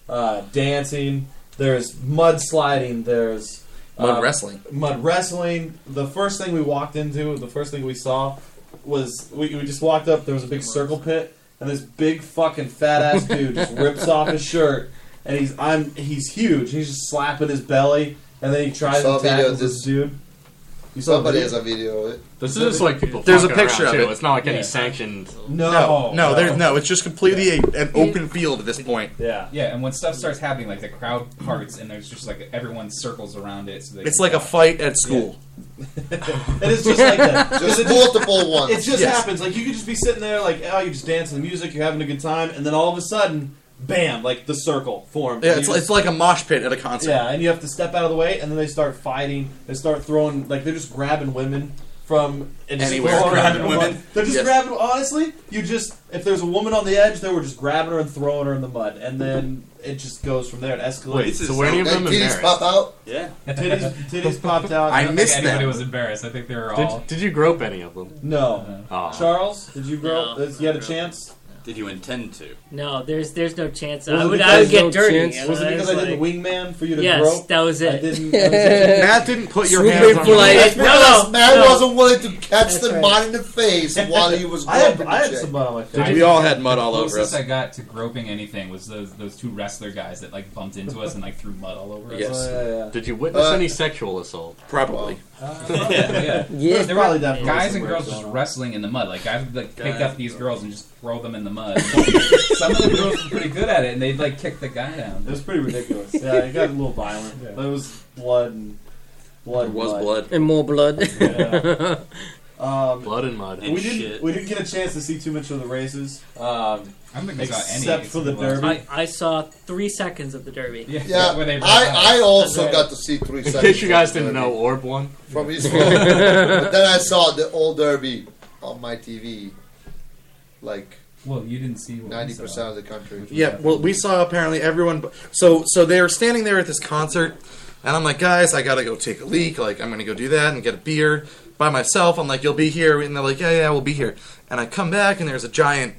D: uh, dancing. There's mud sliding. There's uh,
E: Mud wrestling.
D: Mud wrestling. The first thing we walked into, the first thing we saw was we, we just walked up. There was a big circle pit, and this big fucking fat ass dude just rips off his shirt, and he's I'm he's huge. He's just slapping his belly, and then he tries
F: saw
D: to
F: a video
D: tackle
F: of
D: this
F: this-
D: dude. You saw a
F: Somebody
D: video?
F: has a video of it.
A: This is just like people.
E: There's a
A: fucking around,
E: picture of
A: too.
E: it.
A: It's not like any
I: Yeah.
A: sanctioned.
E: No,
I: Oh,
E: no,
I: no.
E: there's no. It's just completely a, an open field at this point.
D: Yeah.
I: Yeah, and when stuff starts happening, like the crowd parts, and there's just like everyone circles around it. So they
E: It's
I: can
E: like a
I: watch.
E: fight at school.
I: (laughs)
D: (laughs) It is just like
F: (laughs)
D: that.
F: Just multiple ones.
D: It just
E: Yes.
D: happens. Like you could just be sitting there, like oh, you're just dancing the music, you're having a good time, and then all of a sudden, bam! Like the circle forms.
E: Yeah,
D: And
E: it's,
D: you
E: it's like a mosh pit at a concert.
D: yeah, and you have to step out of the way, and then they start fighting. They start throwing, like they're just grabbing women. from and just
E: Anywhere.
D: throwing her in
E: Grabbing
D: the
E: women.
D: mud. They're just
E: Yes.
D: grabbing. Honestly, you just if there's a woman on the edge, they were just grabbing her and throwing her in the mud, and then it just goes from there. It escalates.
A: Wait,
G: This
A: so
G: is
A: were any of
F: That
A: them
F: titties
A: embarrassed?
F: pop out.
G: Yeah.
D: titties, titties popped out.
E: I
I: don't
E: missed
I: think
E: that.
I: anybody was embarrassed. I think they were all.
A: Did, did you grope any of them?
D: no.
A: Oh.
D: Charles, did you grow?
H: No.
D: Did you had a chance?
G: Did you intend to?
H: No, there's there's no chance.
D: Was
H: I
D: it
H: would I
D: because
H: would get
J: no
H: dirty.
J: chance?
H: I
D: Was it
H: was
D: because I did
H: like-
D: the wingman for you to
H: yes,
D: grope?
H: that was
D: I
H: (laughs) it.
D: didn't. I was
E: Matt didn't put your
J: Swoop
E: hands
J: in
E: on
J: for
E: her.
J: like-
F: That's
H: no,
F: because
H: no,
F: Matt
H: no.
F: wasn't willing to catch
H: That's
F: the
H: right.
F: mud in the
D: (laughs)
F: face while he was
D: I had,
F: groping
D: I
F: the
D: had
F: chick.
D: some mud on my face.
I: I
E: We all had mud all
I: the
E: over
I: closest
E: us.
I: I got to groping anything was those those two wrestler guys that like bumped into us and like threw mud all over us.
E: Yes.
D: Oh, yeah, yeah.
A: Did you witness
F: Uh,
A: any sexual assault?
E: Probably.
I: (laughs) uh, yeah.
J: Yeah.
D: There probably that
I: guys
D: person
I: and
D: wears
I: girls just
D: it.
I: wrestling in the mud. Like I would like pick
G: Guys
I: up
G: and
I: these girls and just throw them in the (laughs) mud. Some of the girls were pretty good at it, and they'd like kick the guy
D: It
I: down.
D: was pretty
I: (laughs)
D: ridiculous. yeah, it got a little violent.
I: Yeah.
D: There was blood and blood.
E: It
D: and
E: was blood.
J: And more blood. (laughs)
D: Yeah. Um,
A: Blood and mud.
G: And
D: we didn't.
G: shit.
D: We didn't get a chance to see too much of the races. Um,
I: I don't think we saw any.
D: Except for the derby.
H: I, I saw three seconds of the derby.
I: Yeah,
F: Yeah,
I: where they
F: I, I also
D: Right.
F: got to see three
A: In
F: seconds.
A: case you guys
F: of the
A: didn't
F: derby
A: know, Orb won.
F: From
A: (laughs)
F: his (laughs) phone. but then I saw the old derby on my TV, like
I: well, you didn't see what we
F: ninety
I: saw.
F: percent of the country.
E: Yeah, well, we saw apparently everyone. bu- So, so they were standing there at this concert, and I'm like, guys, I gotta go take a leak. Like, I'm gonna go do that and get a beer by myself. I'm like, you'll be here, and they're like, yeah, yeah, we'll be here. And I come back, and there's a giant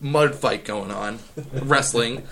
E: mud fight going on, wrestling,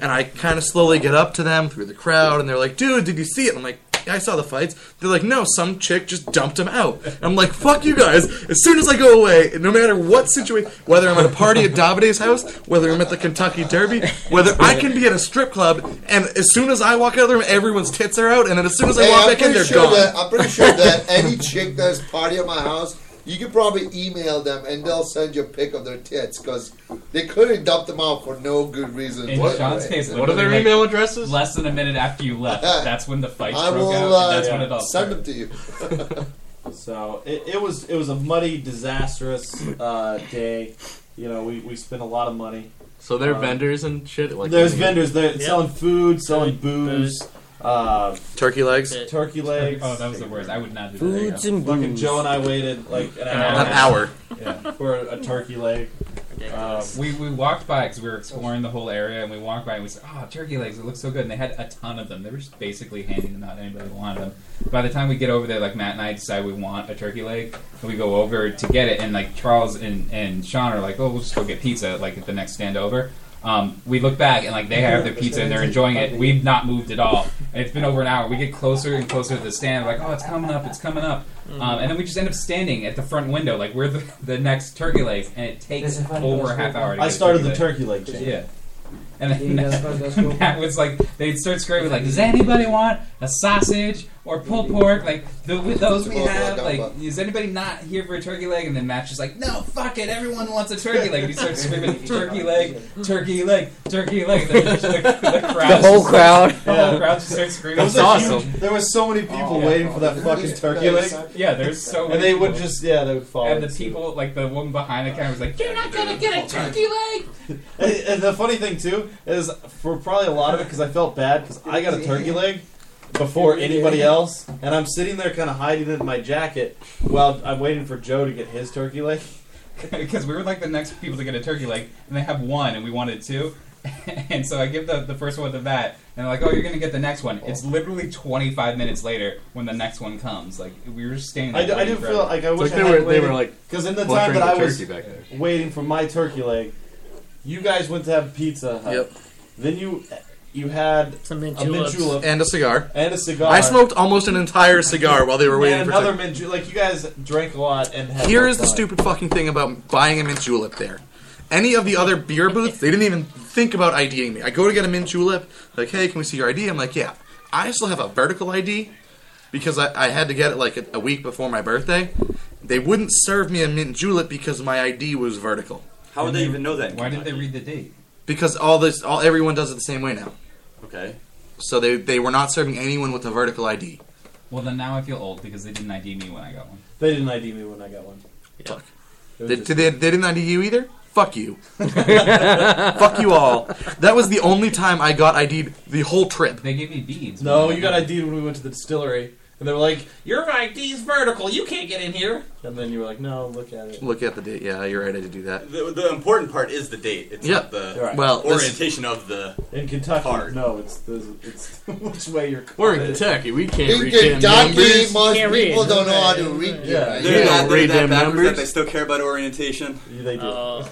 E: and I kind of slowly get up to them through the crowd, and they're like, dude, did you see it? I'm like. "Yeah, I saw the fights. They're like, no, some chick just dumped him out. I'm like, fuck you guys. As soon as I go away, no matter what situation, whether I'm at a party at Davide's house, whether I'm at the Kentucky Derby, whether I can be at a strip club, and as soon as I walk out of the room, everyone's tits are out, and then as soon as I
F: Hey,
E: walk
F: I'm
E: back in,
F: pretty
E: they're
F: sure
E: gone.
F: that I'm pretty
E: (laughs)
F: sure that any chick that's party at my house, you could probably email them and they'll send you a pic of their tits because they clearly dumped them out for no good reason.
I: In
F: What-
I: Sean's case,
A: What are their
I: literally,
A: email addresses?
I: Less than a minute after
F: (laughs)
I: you left, that's when the fight
F: I
I: broke out.
F: will
I: and that's when it
F: uh,
I: all
F: send them
I: started.
F: to you. (laughs)
D: So it, it was it was a muddy, disastrous uh, day. You know, we, we spent a lot of money.
A: So they're
D: Um,
A: vendors and shit. Like
D: There's vendors there selling food, selling
H: Food,
D: booze, uh,
E: Turkey legs.
H: Shit.
D: turkey legs.
I: Oh, that was the worst. I would not do that. There you go.
J: Foods and
D: Fucking
J: booze.
D: Joe and I waited like an
E: An
D: hour
E: hour.
D: yeah, for a turkey leg. Um,
I: We, we walked by because we were exploring the whole area, and we walked by and we said, "Oh, turkey legs! It looks so good." And they had a ton of them. They were just basically handing them out to anybody who wanted them. By the time we get over there, like Matt and I decide we want a turkey leg, and we go over to get it, and like Charles and, and Sean are like, "Oh, we'll just go get pizza like at the next stand over." Um, we look back and like they have their pizza and they're enjoying it. We've not moved at all, and it's been over an hour. We get closer and closer to the stand. We're like, "Oh, it's coming up! It's coming up!" Um, and then we just end up standing at the front window, like we're the, the next turkey legs, and it takes over a half hour. To
D: I
I: get a
D: started the
I: leg.
D: turkey leg chain.
I: Yeah. And then (laughs) Matt, Matt was like, they'd start screaming like, "Does anybody want a sausage or pulled pork? Like the, with those we
F: Pulled pork,
I: have.
F: I'm
I: Like,
F: up.
I: is anybody not here for a turkey leg?" And then Matt's just like, "No, fuck it, everyone wants a turkey leg." And he starts (laughs) screaming, "Turkey leg, turkey leg, turkey leg!" And then the, the, crowd
J: The whole
I: just-
J: crowd.
I: the whole crowd just starts screaming.
D: There was
I: Like,
D: a
A: awesome.
D: huge- there were so many people
I: Oh, yeah.
D: waiting for that fucking turkey leg,
I: yeah, there's so many.
D: and they would
I: people.
D: just yeah, they would fall.
I: And the
D: into-
I: people, like the woman behind the camera, was like, "You're not gonna get a turkey leg."
D: And, and the funny thing too is for probably a lot of it because I felt bad because I got a turkey leg
I: (laughs)
D: before anybody else, and I'm sitting there kind of hiding it in my jacket while I'm waiting for Joe to get his turkey
I: (laughs)
D: leg.
I: because we were like the next people to get a turkey leg, and they have one, and we wanted two. (laughs) and so I give the, the first one to Matt, and they're like, "Oh, you're gonna get the next one." It's literally 25 minutes later when the next one comes. Like we were just standing.
D: I do,
I: there
D: I do
I: waiting for
D: feel
I: it.
D: like I
A: It's
D: wish
A: like
D: I
A: they
D: had
A: were they were like
D: because in the time
A: butchering
D: that I
A: the
D: was
A: turkey back there.
D: waiting for my turkey leg, you guys went to have pizza. Hut.
E: Yep.
D: Then you you had
H: Some mint
D: a mint
H: juleps.
D: julep
E: And a cigar.
D: and a cigar.
E: I smoked almost an entire cigar while they were waiting
D: and
E: for
D: another
E: turkey.
D: mint julep. Like you guys drank a lot and had
E: Here
D: more
E: is the
D: fun.
E: stupid fucking thing about buying a mint julep there. Any of the other beer booths, they didn't even think about IDing me. I go to get a mint julep, like, hey, can we see your ID? I'm like, yeah. I still have a vertical ID because I, I had to get it like a, a week before my birthday. They wouldn't serve me a mint julep because my ID was vertical.
G: How
I: Mm-hmm.
G: would they even know that? in
I: Why did they
G: Kentucky?
I: read the date?
E: Because all this, all everyone does it the same way now.
G: Okay.
E: So they, they were not serving anyone with a vertical ID.
I: Well, then now I feel old because they didn't ID me when I got one.
D: They didn't ID me when I got one. (laughs)
E: Fuck.
D: It was
E: They,
D: just-
E: did they, they didn't ID you either? Fuck you. (laughs) Fuck you all. That was the only time I got ID'd the whole trip.
I: They gave me beads.
D: No, you got ID'd when we went to the distillery. And they were like, "Your ID's vertical. You can't get in here." And then you were like, "No, look at it."
E: Look at the date. Yeah, you're right. I did do that.
G: The, the important part is the date. It's
E: Yeah.
G: not the
D: Right.
E: Well, this-
G: orientation of the.
D: In Kentucky,
G: Hard.
D: no, it's the it's (laughs) which way you're.
A: We're in Kentucky. We can't
F: In
A: reach in
F: Kentucky,
A: numbers.
F: most
H: Can't read.
F: people don't know how to read.
D: Yeah.
F: it.
G: They're not
A: don't
G: they're
A: read
G: that
A: them
G: backwards that
A: numbers.
G: they still care about orientation.
D: They do.
A: All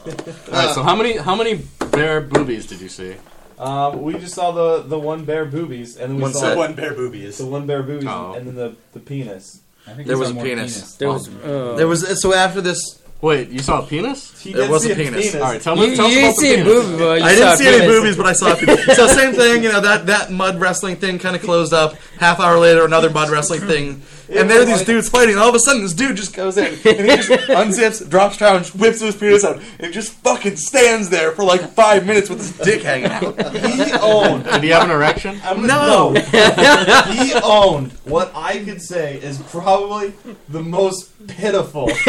A: right. So how many how many bare boobies did you see?
D: um, we just saw the the one bear boobies, and then we
E: One
D: saw
E: set.
G: One bare booby is.
D: the one bear boobies,
A: Oh.
D: and then the the penis.
I: I think
E: There
I: we
E: was
I: saw
E: a
I: more Um,
E: penis.
J: There was, uh,
E: There was so after this.
A: Wait, you saw a penis?
D: He
E: There
D: did
E: was
D: see
E: a penis.
A: All right. Tell
J: you,
A: me. Tell
J: you
A: us
J: didn't
A: about
J: see
A: the
J: a
A: penis.
J: boob, but you
E: I
J: saw
E: didn't see any
J: penis.
E: boobies, but
J: (laughs)
E: I saw.
A: (laughs)
E: People. so same thing. You know that that mud wrestling thing kind of closed up. Half hour later, another mud wrestling thing, and there are these dudes fighting. And all of a sudden, this dude just goes in and he just unzips, drops down, and whips his penis out, and just fucking stands there for like five minutes with his dick hanging out.
D: He owned.
A: Did he have an erection?
D: I'm
E: No.
J: (laughs)
D: no.
E: (laughs)
D: he owned what I could say is probably the most pitiful, (laughs)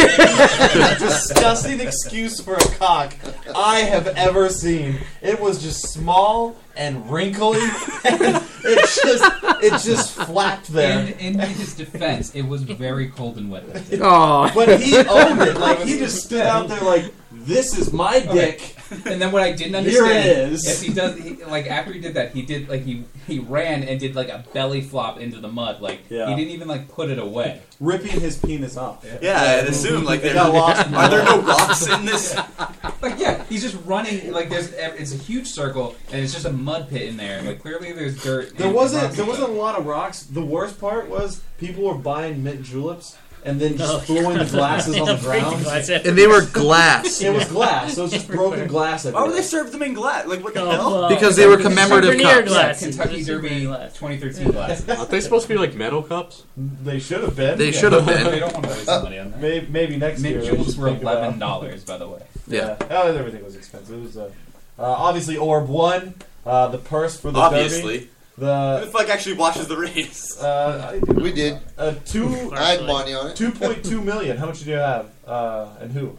D: disgusting excuse for a cock I have ever seen. It was just small and wrinkly, (laughs) and it just it just flapped
I: In,
D: there.
I: in his defense, it was very cold
D: (laughs)
I: and wet. that day.
J: Oh,
D: But he owned it. Like
I: (laughs)
D: he just stood out there like, "This is my dick."
I: And then what I didn't
D: Here
I: understand
D: it is.
I: Yes, he does. He, like after he did that, he did like he he ran and did like a belly flop into the mud. Like
D: Yeah.
I: he didn't even like put it away.
D: ripping his penis off.
G: Yeah, I'd assume like
D: It
G: there's,
D: got lost.
G: (laughs) are there no rocks in
D: (laughs)
G: this?
I: (laughs) Like yeah, he's just running. Like there's it's a huge circle and it's just a mud pit in there. Like clearly there's dirt.
D: There
I: and
D: wasn't
I: rocks
D: there
I: and
D: wasn't a
I: stuff.
D: lot of rocks. The worst part was people were buying mint juleps and then just throwing the glasses (laughs)
G: (laughs)
D: on the ground.
E: And they were glass
D: It was glass, so it's just broken glass
G: Why would
D: everywhere.
G: they serve them in glass? Like what the hell?
H: Oh,
E: because they were
H: Just
E: commemorative
H: souvenir
E: cups.
I: Yeah,
H: glass.
I: Kentucky
H: Just
I: Derby
H: souvenir glass.
I: 2013
E: (laughs)
I: glass.
A: Aren't they supposed to be like metal cups?
D: They should have been.
E: They should have
I: (laughs) they
E: been.
I: don't want to waste money on that.
D: Maybe, maybe next year.
I: Mint
D: we
I: jewels
D: should
I: were
D: think about-
I: eleven dollars, by the way.
E: Yeah.
D: Oh, everything was expensive. It was uh, uh, obviously orb one, uh, the purse for the derby,
G: Obviously, who
D: the
G: the fuck actually watches the race?
D: uh,
F: We did.
D: uh, two.
F: I had money on it.
D: Two point two million. How much did you have? Uh, and who?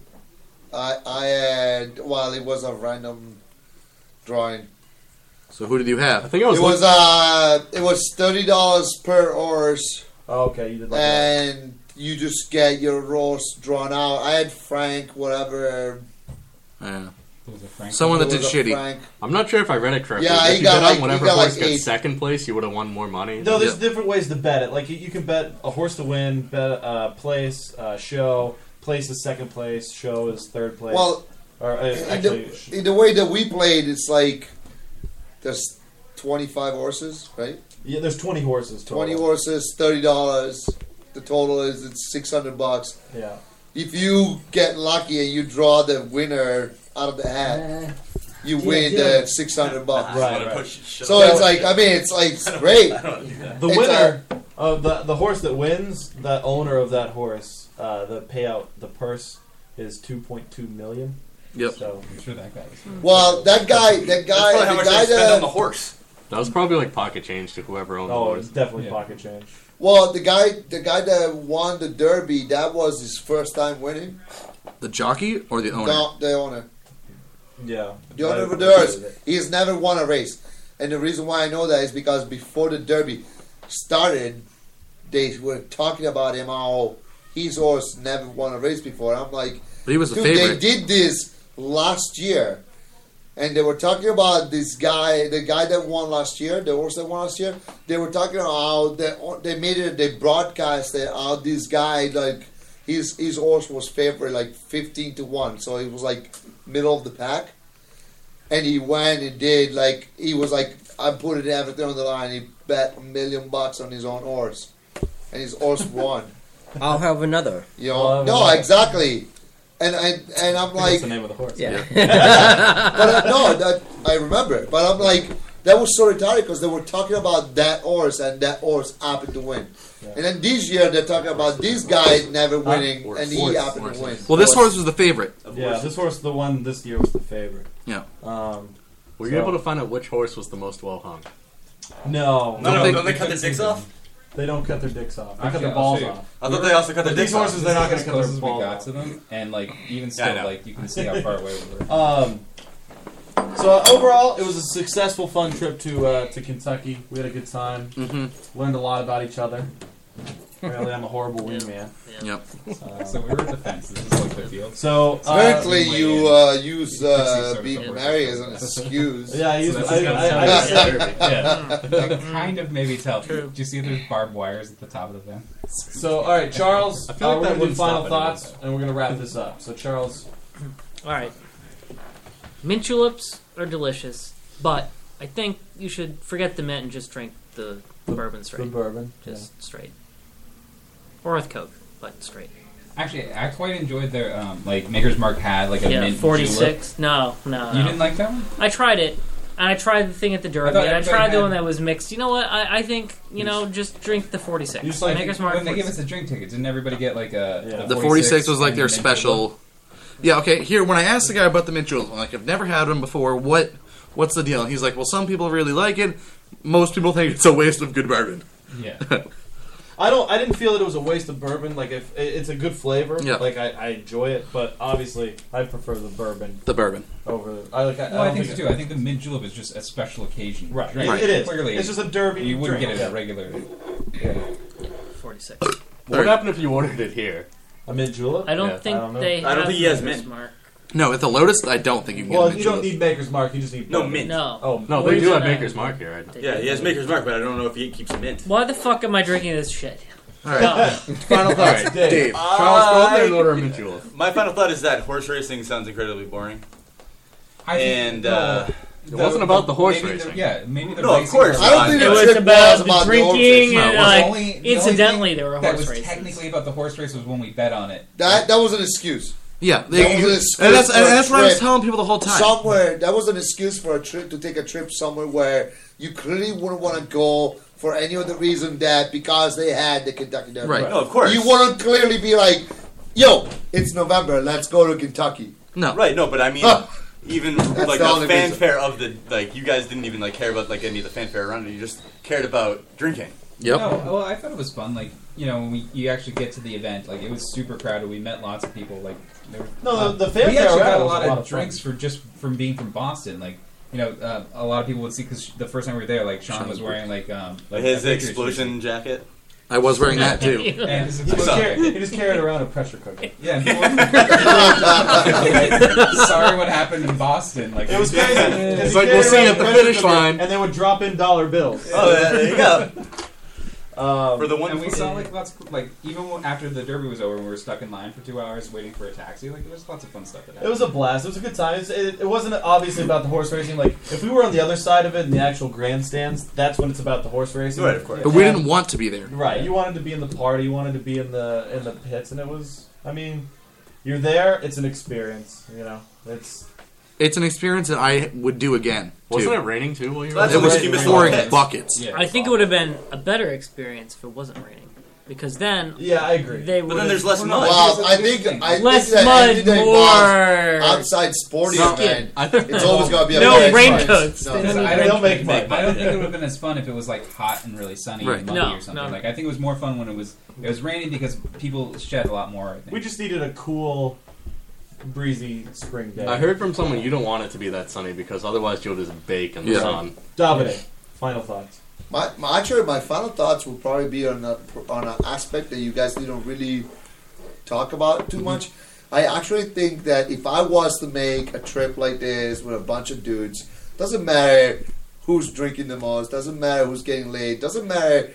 F: I, I had. Well, it was a random drawing.
E: So who did you
A: I
E: have?
A: think I was.
F: It was uh, it was thirty dollars per horse,
D: Oh, okay, you did like that.
F: and you just get your horse drawn out. I had Frank, whatever.
E: Yeah.
I: It was a Frank-
E: Someone that
F: It
E: did
F: was a
E: shitty.
F: Frank.
A: I'm not sure if I read it correctly.
F: Yeah,
A: If
F: he
A: you
F: got
A: bet on
F: like- he
A: whatever
F: got like
A: horse got
F: eight.
A: second place, you would have won more money.
D: No, there's
E: Yeah.
D: different ways to bet it. Like you- you can bet a horse to win, bet uh, place, uh, show. Place is second place, show is third place.
F: Well,
D: or uh,
F: in
D: actually,
F: the,
D: sh-
F: in the way that we played, it's like there's twenty five horses, right?
D: yeah, there's 20 horses total.
F: Twenty horses, thirty dollars. The total is it's six hundred bucks.
D: Yeah.
F: If you get lucky and you draw the winner out of the hat, you win the six hundred bucks.
G: I
D: Right,
G: wanna
D: right.
G: push shove.
F: So it's like I mean, it's like
G: (laughs)
F: it's great.
D: The
F: It's
D: winner of the the horse that wins, the owner of that horse, uh, the payout, the purse is 2.2 million.
E: Yep.
D: So
I: I'm sure that guy was.
F: Well, that guy, that
G: That's
F: guy,
G: probably how
F: the
G: much
F: guy
G: they spend on the
F: that,
G: horse.
A: That was probably like pocket change to whoever owned
D: oh,
A: the
D: it's
A: horse.
D: definitely
I: Yeah.
D: pocket change.
F: well, the guy, the guy that won the Derby, that was his first time winning.
E: The jockey or the owner?
F: No, the owner,
D: Yeah.
F: the owner
D: I-
F: of the Derby. He has never won a race, and the reason why I know that is because before the Derby started, they were talking about him how his horse never won a race before. I'm like,
E: But he was the
F: Dude, they
E: favorite.
F: did this last year, and they were talking about this guy, the guy that won last year, the horse that won last year. They were talking about how they, they made it, they broadcast it, how this guy like his his horse was favored like fifteen to one, so he was like middle of the pack, and he went and did like he was like I'm putting everything on the line. He bet a million bucks on his own horse, and his horse (laughs) won.
J: I'll have another.
F: You
D: Well,
F: know,
D: I
F: no,
D: mean-
F: exactly. And I and I'm
D: That's
F: like,
D: the name of the horse.
J: Yeah.
F: but I, no, that I remember. But I'm like, that was so retarded because they were talking about that horse and that horse happened to win. And then this year they're talking about this guy never
D: Ah,
F: winning and he happened to win.
E: Well, this horse was the favorite.
G: Of
D: Yeah,
G: horses.
D: this horse, the one this year was the favorite.
E: Yeah.
D: Um,
A: Were you
D: So-
A: able to find out which horse was the most well hung?
D: no,
G: No,
E: Don't
G: no,
E: they-
G: don't they cut the dicks off?
D: they don't cut their dicks off. They cut
I: Actually,
D: their
I: I'll
D: balls
I: show you.
D: off.
G: I thought they also cut the
D: But
G: dicks
D: these
G: off.
D: horses, they're not
I: As
D: going to cut
I: close
D: their
I: as we
D: balls
I: got
D: off.
I: to them, and like even still,
G: know.
I: like you can see how far away we
D: (laughs)
I: were.
D: Um, so uh, overall, it was a successful, fun trip to uh, to Kentucky. We had a good time.
E: Mhm.
G: Mm-hmm.
D: Learned a lot about each other.
I: Apparently, I'm a horrible wingman.
E: Yep.
I: Uh, so we were at the fence. This is like the field.
D: So uh,
F: Apparently,
I: uh,
F: you
I: wait.
F: uh, use uh,
I: Sort of
F: being
I: somewhere.
F: married as
D: (laughs)
F: an
G: uh,
F: excuse.
D: yeah, I use.
I: that's
D: I,
I: just
D: I, I,
I: gonna (laughs)
D: I,
I: sound
H: yeah.
D: (laughs)
I: That kind of maybe tell.
H: True.
I: Do you see there's barbed wires at the top of the fence?
D: so all right,
I: (laughs)
D: Charles.
I: feel like
D: uh,
I: that
D: we're gonna do
I: wouldn't
D: final
I: stop
D: thoughts,
I: anyone,
D: and we're gonna wrap this up. So Charles,
H: (clears throat) All right. Mint juleps are delicious, but I think you should forget the mint and just drink the bourbon straight.
D: bourbon.
H: just straight. Or with Coke, but straight.
I: Actually, I quite enjoyed their um, like Maker's Mark had like a
H: yeah,
I: mint
H: 46. No, no,
I: julep.
H: no.
I: You didn't like that one?
H: I tried it. And I tried the thing at the Derby,
I: thought
H: and I
I: everybody
H: tried the
I: had-
H: one that was mixed. You know what? I, I think, you know, just drink the 46.
D: You just like-
H: Maker's Mark
I: when they gave
H: 46.
I: us the drink ticket, didn't everybody get like a
D: Yeah.
E: The 46 was like
I: and
E: their
I: mint julep?
E: special. Yeah, okay. Here, when I asked the guy about the mint julep, I'm like, I've never had them before. What? What's the deal? And he's like, Well, some people really like it. Most people think it's a waste of good bourbon. (laughs)
I: Yeah.
D: I don't. I didn't feel that it was a waste of bourbon. Like if it- it's a good flavor,
E: Yeah.
D: like I, I enjoy it. But obviously, I prefer the bourbon
E: The bourbon.
D: over. The, I like. I,
I: Well,
D: I
I: I
D: don't
I: think so
D: think
I: too.
D: (laughs)
I: I think the mint julep is just a special occasion.
D: Right,
I: drink.
D: it is.
I: Clearly,
D: It's just a derby.
I: you wouldn't
D: drink.
I: get it at regular.
H: 46.
A: What happened if you ordered it here?
D: A mint julep.
H: I don't
A: Yeah,
H: think
D: I don't know.
H: they
G: I
H: have
G: don't think he has
H: Maker's
G: mint.
H: Mark.
E: No, at the Lotus, I don't think you can get
D: Well,
E: mint
D: you don't
E: julep.
D: need Maker's Mark. You just need
G: No
D: bourbon.
G: mint.
H: No.
D: Oh,
A: No,
H: Where
A: they
H: is
A: do
H: it
A: have
H: at?
A: Maker's Mark here. I know.
G: Yeah, he has Maker's Mark, but I don't know if he keeps mint.
H: Why the fuck am I drinking this shit?
E: All right.
H: (laughs) No.
E: (laughs) Final thoughts. Dave.
G: Uh,
A: Charles, go over there and order a mint julep.
G: My final thought is that horse racing sounds incredibly boring.
I: I think-
G: And uh,
A: It wasn't about the horse
I: maybe
A: racing.
I: The, yeah, maybe the
G: No, of
I: racing
G: course.
I: was-
F: I don't think
G: It
F: the
G: was
F: trip was about the horse
H: drinking
F: race.
H: and
I: The
H: like
I: only- the only
H: incidentally
I: thing
H: there were
I: that
H: horse
I: was
H: races.
I: technically about the horse race was when we bet on it.
F: That that was an excuse.
E: Yeah,
F: That
E: they,
F: was
E: you-
F: an
E: and that's,
F: excuse for
E: and
F: a
E: that's what I was
F: trip.
E: telling people the whole time.
F: Somewhere that was an excuse for a trip to take a trip somewhere where you clearly wouldn't want to go for any other reason that because they had the Kentucky Derby.
E: Right.
G: no, Oh, of course.
F: You want to clearly be like, yo, it's November, let's go to Kentucky.
E: no,
G: Right, no, but I mean,
F: Huh.
G: even
F: That's
G: like
F: the
G: the
F: only reason.
G: fanfare of the like, you guys didn't even like care about like any of the fanfare around it. You just cared about drinking.
E: Yep.
I: No, well, I thought it was fun. Like you know, when we, you actually get to the event, like it was super crowded. We met lots of people. Like there were,
D: No, the- the
I: we actually
D: fanfare around was
I: got a
D: a
I: lot,
D: lot
I: of
D: of fun.
I: drinks for just from being from Boston. Like you know, uh, a lot of people would see because the first time we were there, like Sean was wearing like um like
G: His
I: a Patriots
G: explosion jacket.
E: I was wearing that
D: (laughs)
I: (laughs)
E: too.
I: shirt. And his
D: He just,
G: Suck.
I: explosion.
D: carried, he just carried around a pressure cooker.
I: (laughs) Yeah, and people were- like, (laughs) sorry, what happened in Boston? Like
D: It was crazy.
A: It's like, we'll see you at the finish line.
D: And they would drop in dollar bills.
G: Oh, yeah, there you
I: (laughs)
G: go.
D: Um,
G: For the one,
I: And we saw like lots, of, like even when- after the derby was over, we were stuck in line for two hours waiting for a taxi. Like there was lots of fun stuff that
D: It
I: happened.
D: was a blast. It was a good time. It's- It, it wasn't obviously about the horse racing. Like if we were on the other side of it in the actual grandstands, that's when it's about the horse racing.
G: Right, of course.
E: But we didn't want to be there.
D: Right. You wanted to be in the party. You wanted to be in the in the pits, and it was. I mean, you're there. It's an experience. You know. It's
E: It's an experience that I would do again.
A: Wasn't
E: too.
A: it raining too while you were
G: That's
E: It
A: there?
G: what
E: was
G: you missed the
E: pouring
G: whole
E: buckets.
I: Yeah,
H: I think it would have been a better experience if it wasn't raining, because then
D: yeah. I agree.
H: they would.
G: But then there's less
I: no,
G: mud.
F: Wow,
I: that's
F: I
I: a
F: think
I: good thing.
F: I
H: less
F: think that
H: mud,
F: anything involved
H: more.
F: outside sporting
A: No,
F: event,
A: I think
F: it's always gonna be a
H: No
F: bad
H: raincoats.
F: price.
H: They
F: No.
H: don't
I: I
H: need
I: don't
D: They'll make
G: make
D: money.
I: I don't think it would have been as fun if it was like hot and really sunny
E: Right.
I: and muggy
H: No,
I: or something.
H: no.
I: Like I think it was more fun when it was it was raining because people shed a lot more. I think.
D: We just needed a cool, breezy spring day.
A: I heard from someone you don't want it to be that sunny because otherwise you'll just bake in the
E: Yeah.
A: sun.
D: Dominic. Final thoughts.
F: My, my actually, my final thoughts will probably be on a, on an aspect that you guys didn't really talk about too much. I actually think that if I was to make a trip like this with a bunch of dudes, doesn't matter who's drinking the most, doesn't matter who's getting laid, doesn't matter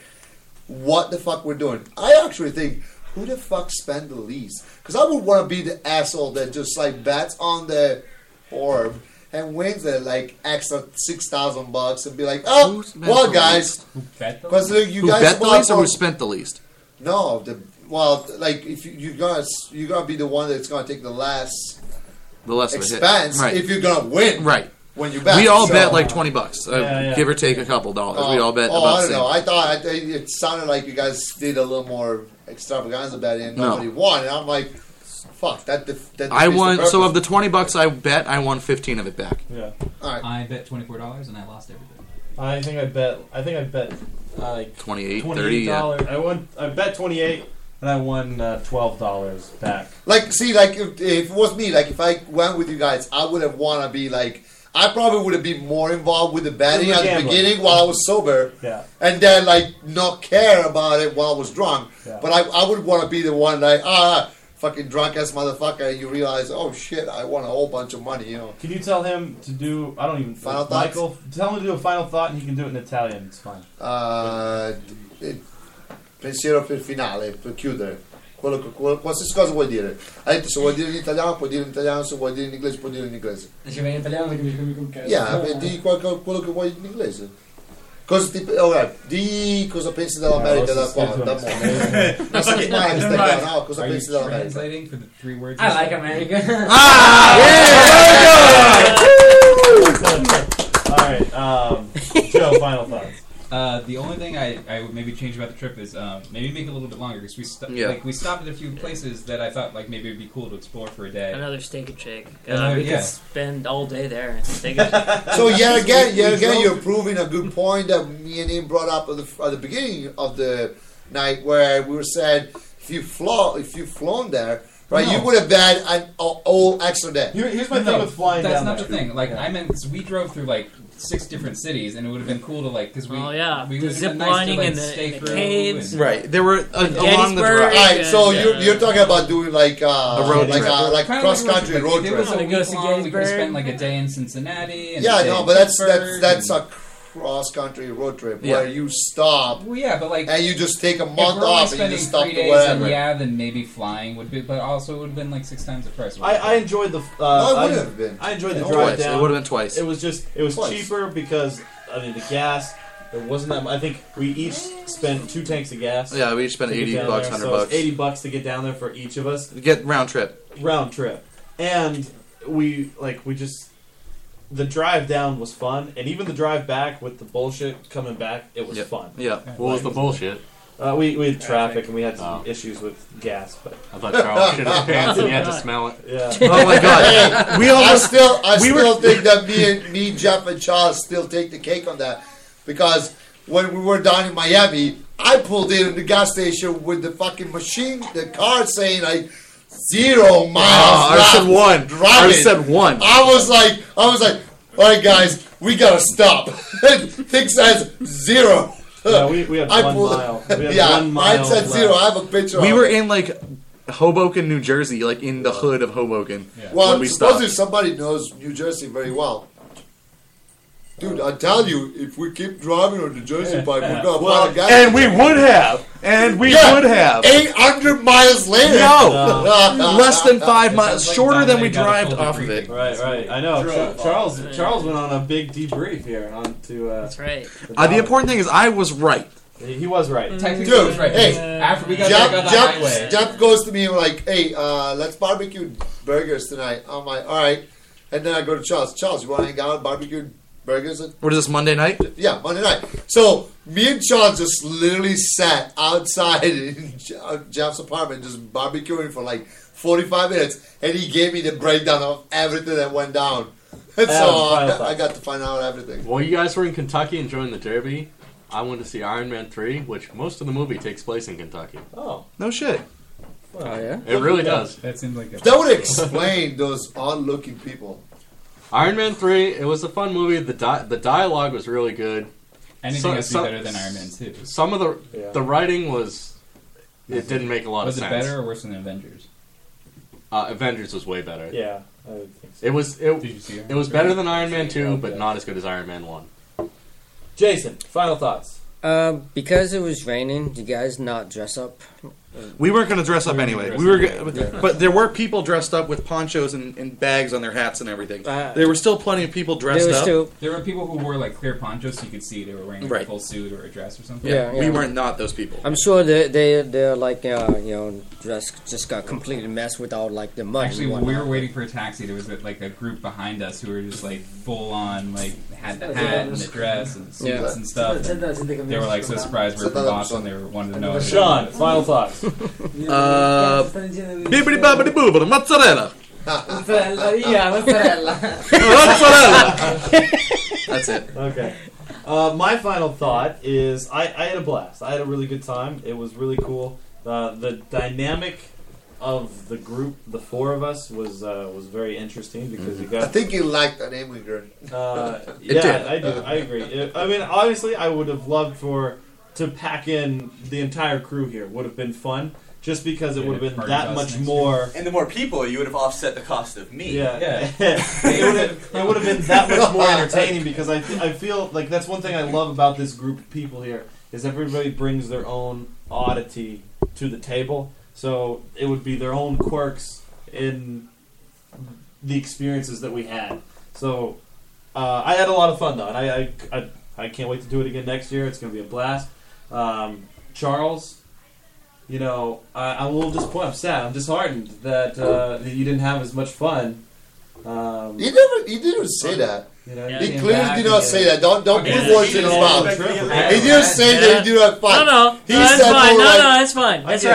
F: what the fuck we're doing. I actually think who the fuck spent the least? Because I would want to be the asshole that just like bats on the orb and wins it like extra six thousand bucks and be like,
E: Who
F: oh,
E: spent
F: well,
E: the
F: guys,
I: Bet the-
F: because you
E: Who
F: guys
E: bet the
F: bought
E: least or
F: all-
E: who spent the least?
F: no, the well, like if you, you're gonna s- you're gonna be the one that's gonna take the last
E: The less of a hit.
F: expense
E: Right.
F: if you're gonna win.
E: right.
F: When you bet,
E: we all
F: so-
E: bet like twenty bucks, uh,
D: Yeah, yeah.
E: give or take a couple dollars.
F: Oh,
E: we all bet
F: oh,
E: about
F: I
E: the
F: don't
E: same.
F: know. I thought I, th- it sounded like you guys did a little more extravaganza betting, and
E: No.
F: nobody won. And I'm like, fuck that. Def- that
E: I
F: defeats the
E: won. So
F: purpose.
E: of the twenty bucks I bet, I won fifteen of it back.
D: Yeah.
F: All right.
I: I bet twenty four dollars and I lost everything.
D: I think I bet. I think I bet uh, like
E: 28, 30,
D: twenty-eight
E: yeah.
D: dollars. I won. I bet twenty-eight, and I won uh, twelve dollars back.
F: Like, see, like if, if it was me, like if I went with you guys, I would have want to be like, I probably would have been more involved with the betting
D: With
F: at
D: the
F: the
D: gambling.
F: beginning while I was sober,
D: Yeah.
F: and then like not care about it while I was drunk.
D: Yeah.
F: But I, I would want to be the one like ah fucking drunk ass motherfucker, and you realize oh shit, I won a whole bunch of money, you know.
D: Can you tell him to do? I don't even.
F: Final thoughts?
D: Michael, tell him to do a final thought, and he can do it in Italian. It's fine.
F: Uh, il pensiero per il finale, per chiudere. Quello che- quello- qualsiasi cosa vuoi dire. Hai detto se vuoi dire in italiano, puoi dire in italiano, se vuoi dire in inglese, puoi dire in inglese.
K: Diceva in italiano non capisco mica un cazzo.
F: Yeah, beh, di qualco- quello che vuoi in inglese. Cosa ti, ora, di cosa pensi dell'America da qua, da Monte. (laughs) Ma sai mai che stai qua, no? Cosa
I: Are you
F: pensi dell'America?
I: translating for the three words?
K: I
I: you
K: like
I: said?
K: America.
I: (laughs)
E: Ah!
D: All right, um, Joe. Final thoughts.
I: Uh, the only thing I, I would maybe change about the trip is um, maybe make it a little bit longer because we sto-
E: Yeah.
I: like we stopped at a few places that I thought like maybe it'd be cool to explore for a day.
H: Another steak and shake. God,
I: Another-
H: we
I: yeah.
H: could spend all day there. Steak and shake.
F: So yet again, yet
D: We
F: again,
H: (laughs)
D: drove-
F: you're proving a good point that me and him brought up at the, at the beginning of the night, where we were said if you flaw, if you flown there, right,
D: No.
F: you would have had an all- all extra day.
D: Here, here's my thing
I: No,
D: with flying
I: that's
D: down
I: not
D: there.
I: the thing. Like
D: Yeah.
I: I meant, 'cause we drove through like six different cities, and it would have been cool to like because we
H: Oh, yeah.
I: we
H: The
I: would've
H: zip
I: been nice to,
H: lining
I: like,
H: and the- and
I: stay
H: the
I: through
H: caves.
I: and-
E: Right. There were uh, along the
H: Gettysburg.
E: drive.
F: All right, so
H: Yeah.
F: you're, you're talking about doing like uh,
E: A road
F: like
E: trip.
F: a, like
I: Kinda
F: cross
I: like
F: country
I: like,
F: road
I: If it
F: trip.
I: was a
H: Wanna go
I: week
H: see
I: long, we could
H: Gettysburg?
I: have spent like a day in Cincinnati. And
F: Yeah,
I: a day
F: no,
I: in
F: but that's that's
I: Pittsburgh
F: that's
I: and,
F: a cross country road trip
E: Yeah.
F: where you stop
I: well, yeah, but like
F: and you just take a
I: if
F: month
I: we're only
F: off and
I: spending
F: you stop
I: three
F: to
I: days,
F: wherever.
I: Then, yeah, then maybe flying would be, but also it would have been like six times the price.
D: I, I enjoyed the. Uh,
E: Oh,
F: No, it
D: I-
F: would have been.
D: I enjoyed the
F: Yeah,
D: drive
E: Twice.
D: down.
E: It would have been twice.
D: It was just it was
F: Twice.
D: cheaper because I mean the gas. There wasn't that. mu- I think we each spent two tanks of gas.
E: yeah, we each spent
D: to get
E: eighty
D: down
E: bucks,
D: there,
E: hundred
D: so it's
E: bucks.
D: Eighty bucks to get down there for each of us
E: Get round trip.
D: round trip, and we like we just the drive down was fun, and even the drive back with the bullshit coming back, it was
E: Yep.
D: fun.
E: Yeah.
A: What was the bullshit?
D: Uh, we we had traffic and we had some
A: Oh.
D: issues with gas, but
A: I thought
F: (laughs)
A: Charles shit his pants and you
E: (laughs)
A: had to smell it.
D: (laughs) yeah.
E: Oh my god. we
F: I
E: almost
F: still, I
E: we were-
F: still think that me and me, Jeff, and Charles still take the cake on that because when we were down in Miami, I pulled in at the gas station with the fucking machine, the car saying like zero miles.
E: Ah, I
F: left.
E: said one. I
F: Driving.
E: said one.
F: I was like, I was like, all right, guys, we gotta stop. (laughs) Thing says zero.
D: Yeah, we, we had
F: I
D: one
F: pulled-
D: mile. We
F: (laughs)
D: had
F: yeah,
D: one mile.
F: mine said
D: left.
F: zero. I have a picture.
E: We
F: of
E: were
F: it.
E: in like Hoboken, New Jersey, like in the hood of Hoboken.
F: Well,
E: when we
F: supposedly
E: stopped.
F: somebody knows New Jersey very well. Dude, I tell you, if we keep driving on the Jersey pipe, we're gonna find a guy.
E: And we would have. And we
F: Yeah.
E: would have.
F: 800 miles later.
E: No.
F: (laughs) Uh,
E: Less than five
I: sounds
E: miles,
I: like
E: shorter than
I: Dominic
E: we
I: got a
E: drived
I: full
E: off of
I: degree.
E: it.
D: Right, right. I know. Char- Charles Charles went on a big debrief here on to uh,
H: That's right.
E: Uh, the important thing is, I was right.
D: He was right.
I: Technically,
F: Dude,
I: it was right.
F: hey,
D: Uh,
I: after we got
F: Jeff,
I: back on the highway,
F: Jeff, Jeff goes to me and like, hey, uh, let's barbecue burgers tonight. I'm like, all right. And then I go to Charles. Charles, you want to hang out and barbecue burgers? at-"
E: What is this Monday night?
F: Yeah, Monday night. So me and Charles just literally sat outside (laughs) in Je- uh, Jeff's apartment just barbecuing for like 45 minutes. And he gave me the breakdown of everything that went down. (laughs) And
D: Yeah,
F: so
D: final
F: uh,
D: thoughts.
F: I got to find out everything.
A: While you guys were in Kentucky enjoying the Derby, I went to see Iron Man 3, which most of the movie takes place in Kentucky.
D: Oh,
E: No shit.
J: Oh, yeah?
A: It really does.
I: that seemed like a
F: That
I: (laughs)
F: would explain those odd-looking people.
A: Iron Man 3, it was a fun movie. The, di- the dialogue was really good.
I: anything
A: So-
I: else be
A: so-
I: better than Iron Man Two.
A: Some of the
D: Yeah.
A: the writing was it didn't make a lot
I: Was
A: of
I: it
A: sense.
I: better or worse than Avengers?
A: Uh, Avengers was way better.
D: yeah. I would think so.
A: It was
I: Did you
A: it,
I: see
A: it was better than Iron Man 2, but not as good as Iron Man 1.
D: Jason, final thoughts.
J: Uh, because it was raining, you guys not dress up?
E: We weren't going to dress up
I: We
E: anyway.
I: weren't
E: We were,
I: dressing
E: go- but there were people dressed up with ponchos and, and bags on their hats and everything.
J: Uh,
E: there were still plenty of people dressed
J: There was
E: up.
J: two.
I: There were people who wore like clear ponchos, so you could see they were wearing like,
E: Right.
I: a full suit or a dress or something.
E: yeah,
J: Yeah, yeah.
E: we weren't not those people.
J: I'm sure they they they're like uh, you know dress just got completely messed without like the mud. and
I: Actually, when we
J: whatnot.
I: were waiting for a taxi, there was like a group behind us who were just like full on, like had the hat and the dress and suits
J: Yeah.
I: and stuff. And they were like so surprised we were from
F: Another
I: Boston, they were wanted to know. if-
D: Sean, final
I: (laughs)
D: thoughts.
E: Uh, Bibbidi bobbidi boobidi mozzarella.
K: Mozzarella, yeah,
G: (laughs)
K: mozzarella.
E: Mozzarella. (laughs) That's it.
D: Okay. Uh, my final thought is I, I had a blast. I had a really good time. It was really cool. Uh, the dynamic of the group, the four of us was uh, was very interesting because you got.
F: I think you like that name we grew. (laughs)
D: Uh, yeah, I do. I agree. It- I mean, obviously, I would have loved for to pack in the entire crew here. Would have been fun, just because it would have been that much more.
G: And the more people, you would have offset the cost of me.
D: Yeah, (laughs)
I: (laughs)
D: it would have it would have been
F: (laughs)
D: that much
E: (laughs)
D: more entertaining because I I feel like that's one thing I love about this group of people here is everybody brings their own oddity to the table, so it would be their own quirks in the experiences that we had. So uh, I had a lot of fun though, and I I, I I can't wait to do it again next year. It's gonna be a blast. Um, Charles, you know, I, I'm a little disappointed. I'm sad. I'm disheartened that, uh, that you didn't have as much fun. Um,
F: He never, he didn't say that.
D: You know,
F: he clearly did not say that. Don't don't put words in his mouth. He didn't say that he did not fight.
H: No, no,
F: He
H: no, that's
F: said
H: fine.
F: more
H: No,
F: like-
H: no, that's fine. That's
F: Okay.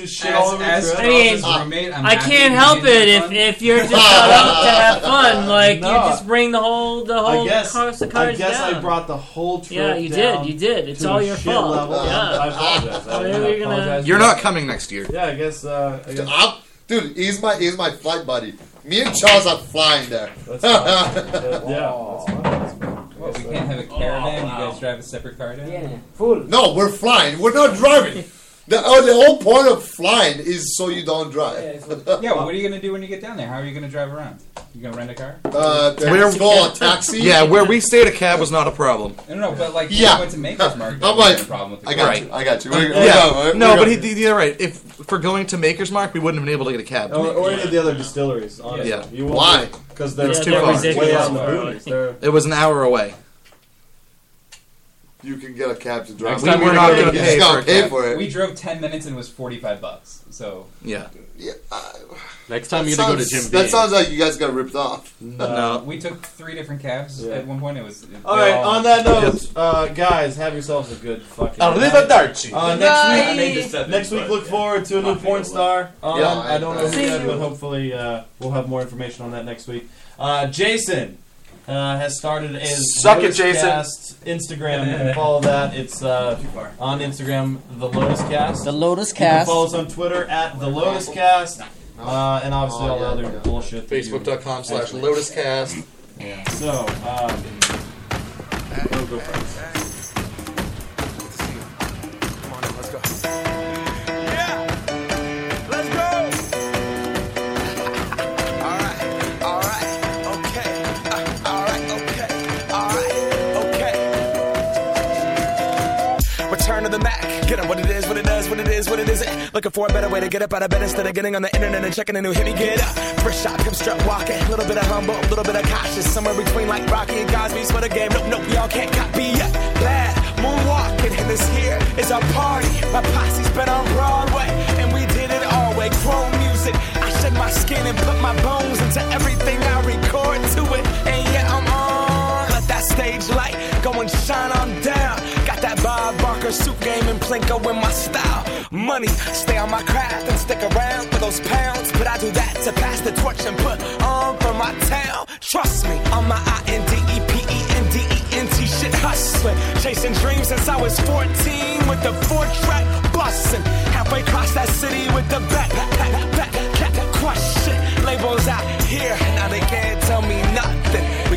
H: right.
F: shit all over
H: As-
F: the
H: I
F: ground.
H: mean,
F: As roommate, I'm
H: I
F: happy
H: can't
F: you
H: help
F: didn't
H: it if, if you're just shut up to
D: (laughs)
H: have fun. Like
D: No.
H: you just bring the whole the whole
D: I guess,
H: cost of
D: I,
H: cards
D: guess
H: down.
D: I brought the whole trip
H: Yeah, you
D: down
H: did. You did. It's
D: to a
H: all your
D: shit
H: fault.
D: level.
H: Yeah.
D: I apologize. I,
H: Well, you're gonna-
D: apologize.
E: You're not coming next year.
D: Yeah, I guess. Uh, I guess.
F: I'll- dude, he's my he's my flight buddy. Me and Charles are flying there. (laughs)
I: What, we can't have a caravan. You guys drive a separate car down. Yeah,
F: Fool. No, we're flying. We're not driving. The, oh, the whole point of flying is so you don't drive.
I: yeah. Well, what are you gonna do when you get down there? How are you gonna drive around? You gonna rent a car?
F: Uh,
E: Where- Yeah, where we stayed, a cab was not a problem.
I: No, no, but like,
E: Yeah.
I: yeah. went to Maker's
E: (laughs)
I: Market.
E: I'm
I: we had
E: like,
I: a problem with the
E: I got
I: car.
E: you. I got you. Uh, no, but he, he, you're right. If for going to Maker's Mark, we wouldn't have been able to get a cab.
D: Or, or any of the other distilleries, honestly.
E: Yeah.
D: You won't-
E: Why?
D: Because they're,
E: It's too
D: they're
E: far.
D: way out in the boonies. They're-
E: It was an hour away.
F: You can get a cab to drive.
E: Next time We we're were not gonna gonna get- pay
F: You just
E: for
F: gotta
E: a
F: pay
E: cab.
F: for it.
I: We drove ten minutes and it was forty-five bucks. So
E: Yeah.
A: Next
I: time you gotta go to Jim
F: That
I: Beam.
F: sounds like you guys got ripped off.
I: Uh, we took three different cabs at one point. It was
D: All right. On that note, uh, guys, have yourselves a good fucking.
E: Arrivederci.
D: Uh,
I: Nice.
D: next week, next week, look forward to a new porn star. Um,
E: Yeah.
D: I don't know who
E: See
D: yet,
E: you.
D: but hopefully uh, we'll have more information on that next week. Uh, Jason uh, has started a
E: Suck it, Jason.
D: Cast Instagram. You can follow that. It's uh, on Instagram, the Lotus Cast. The
J: Lotus
D: You can
J: Cast.
D: follow us on Twitter at the Lotus Cast, uh, and obviously all the
E: Oh, yeah,
D: other bullshit. that you
E: Facebook.com slash
D: actually-
E: Lotus Cast.
D: Yeah. So. Um, we'll go first.
L: Come on, let's go. Yeah, let's go. all right, all right, okay, uh, all right, okay, all right, okay. Return to the Mac. Get up what it is, what it does, what it is, what it isn't. Looking for a better way to get up out of bed instead of getting on the internet and checking a new hit. Me get up. First shot, come strut walking. A little bit of humble, a little bit of cautious. Somewhere between like Rocky and Cosby's for the game. Nope, nope, y'all can't copy yet. Glad moonwalking. And this here is our party. My posse's been on Broadway, and we did it all way. Chrome music. I shed my skin and put my bones into everything I record to it. And yeah, I'm on. Let that stage light go and shine on down. Got that Bob Barker suit game and Plinko in my style. Money, stay on my craft and stick around for those pounds. But I do that to pass the torch and put on for my town. Trust me, on my I N D E P E N D E N T shit hustling. Chasing dreams since I was 14 with the four track busting. Halfway across that city with the back, back, back, back, back, question. Labels out here, now they can't tell me nothing. We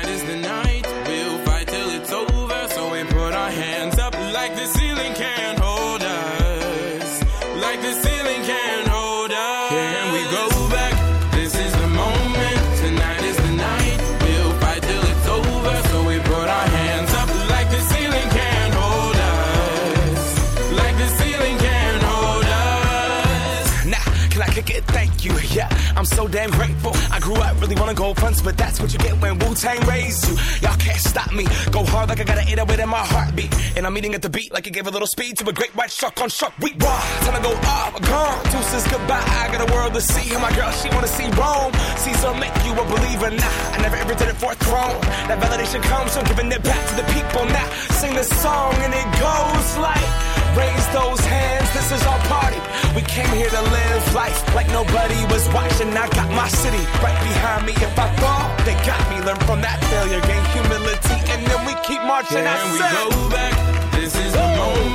M: is the night. We'll fight till it's over. So we put our hands up like the ceiling can't hold us. Like the ceiling can't hold us. Here we go back. This is the moment. Tonight is the night. We'll fight till it's over. So we put our hands up like the ceiling can't hold us. Like the ceiling can't hold us.
L: Nah, can I kick it? Thank you. Yeah, I'm so damn grateful. I grew up really wanna go fronts, but that's what you get when Wu Tang raised you. Y'all can't stop me. Go hard like I got an 808 in my heartbeat, and I'm eating at the beat like it gave a little speed to a great white shark on shark week. Raw, time to go off, gone. Deuces goodbye. I got a world to see. And my girl, she wanna see Rome. Caesar make you a believer. Nah, I never ever did it for a throne. That validation comes from giving it back to the people. Now sing this song and it goes like. Raise those hands, this is our party. We came here to live life like nobody was watching. I got my city right behind me. If I fall, they got me. Learn from that failure, gain humility, and then we keep marching. I
M: Can we
L: said-
M: go back? This is the moment.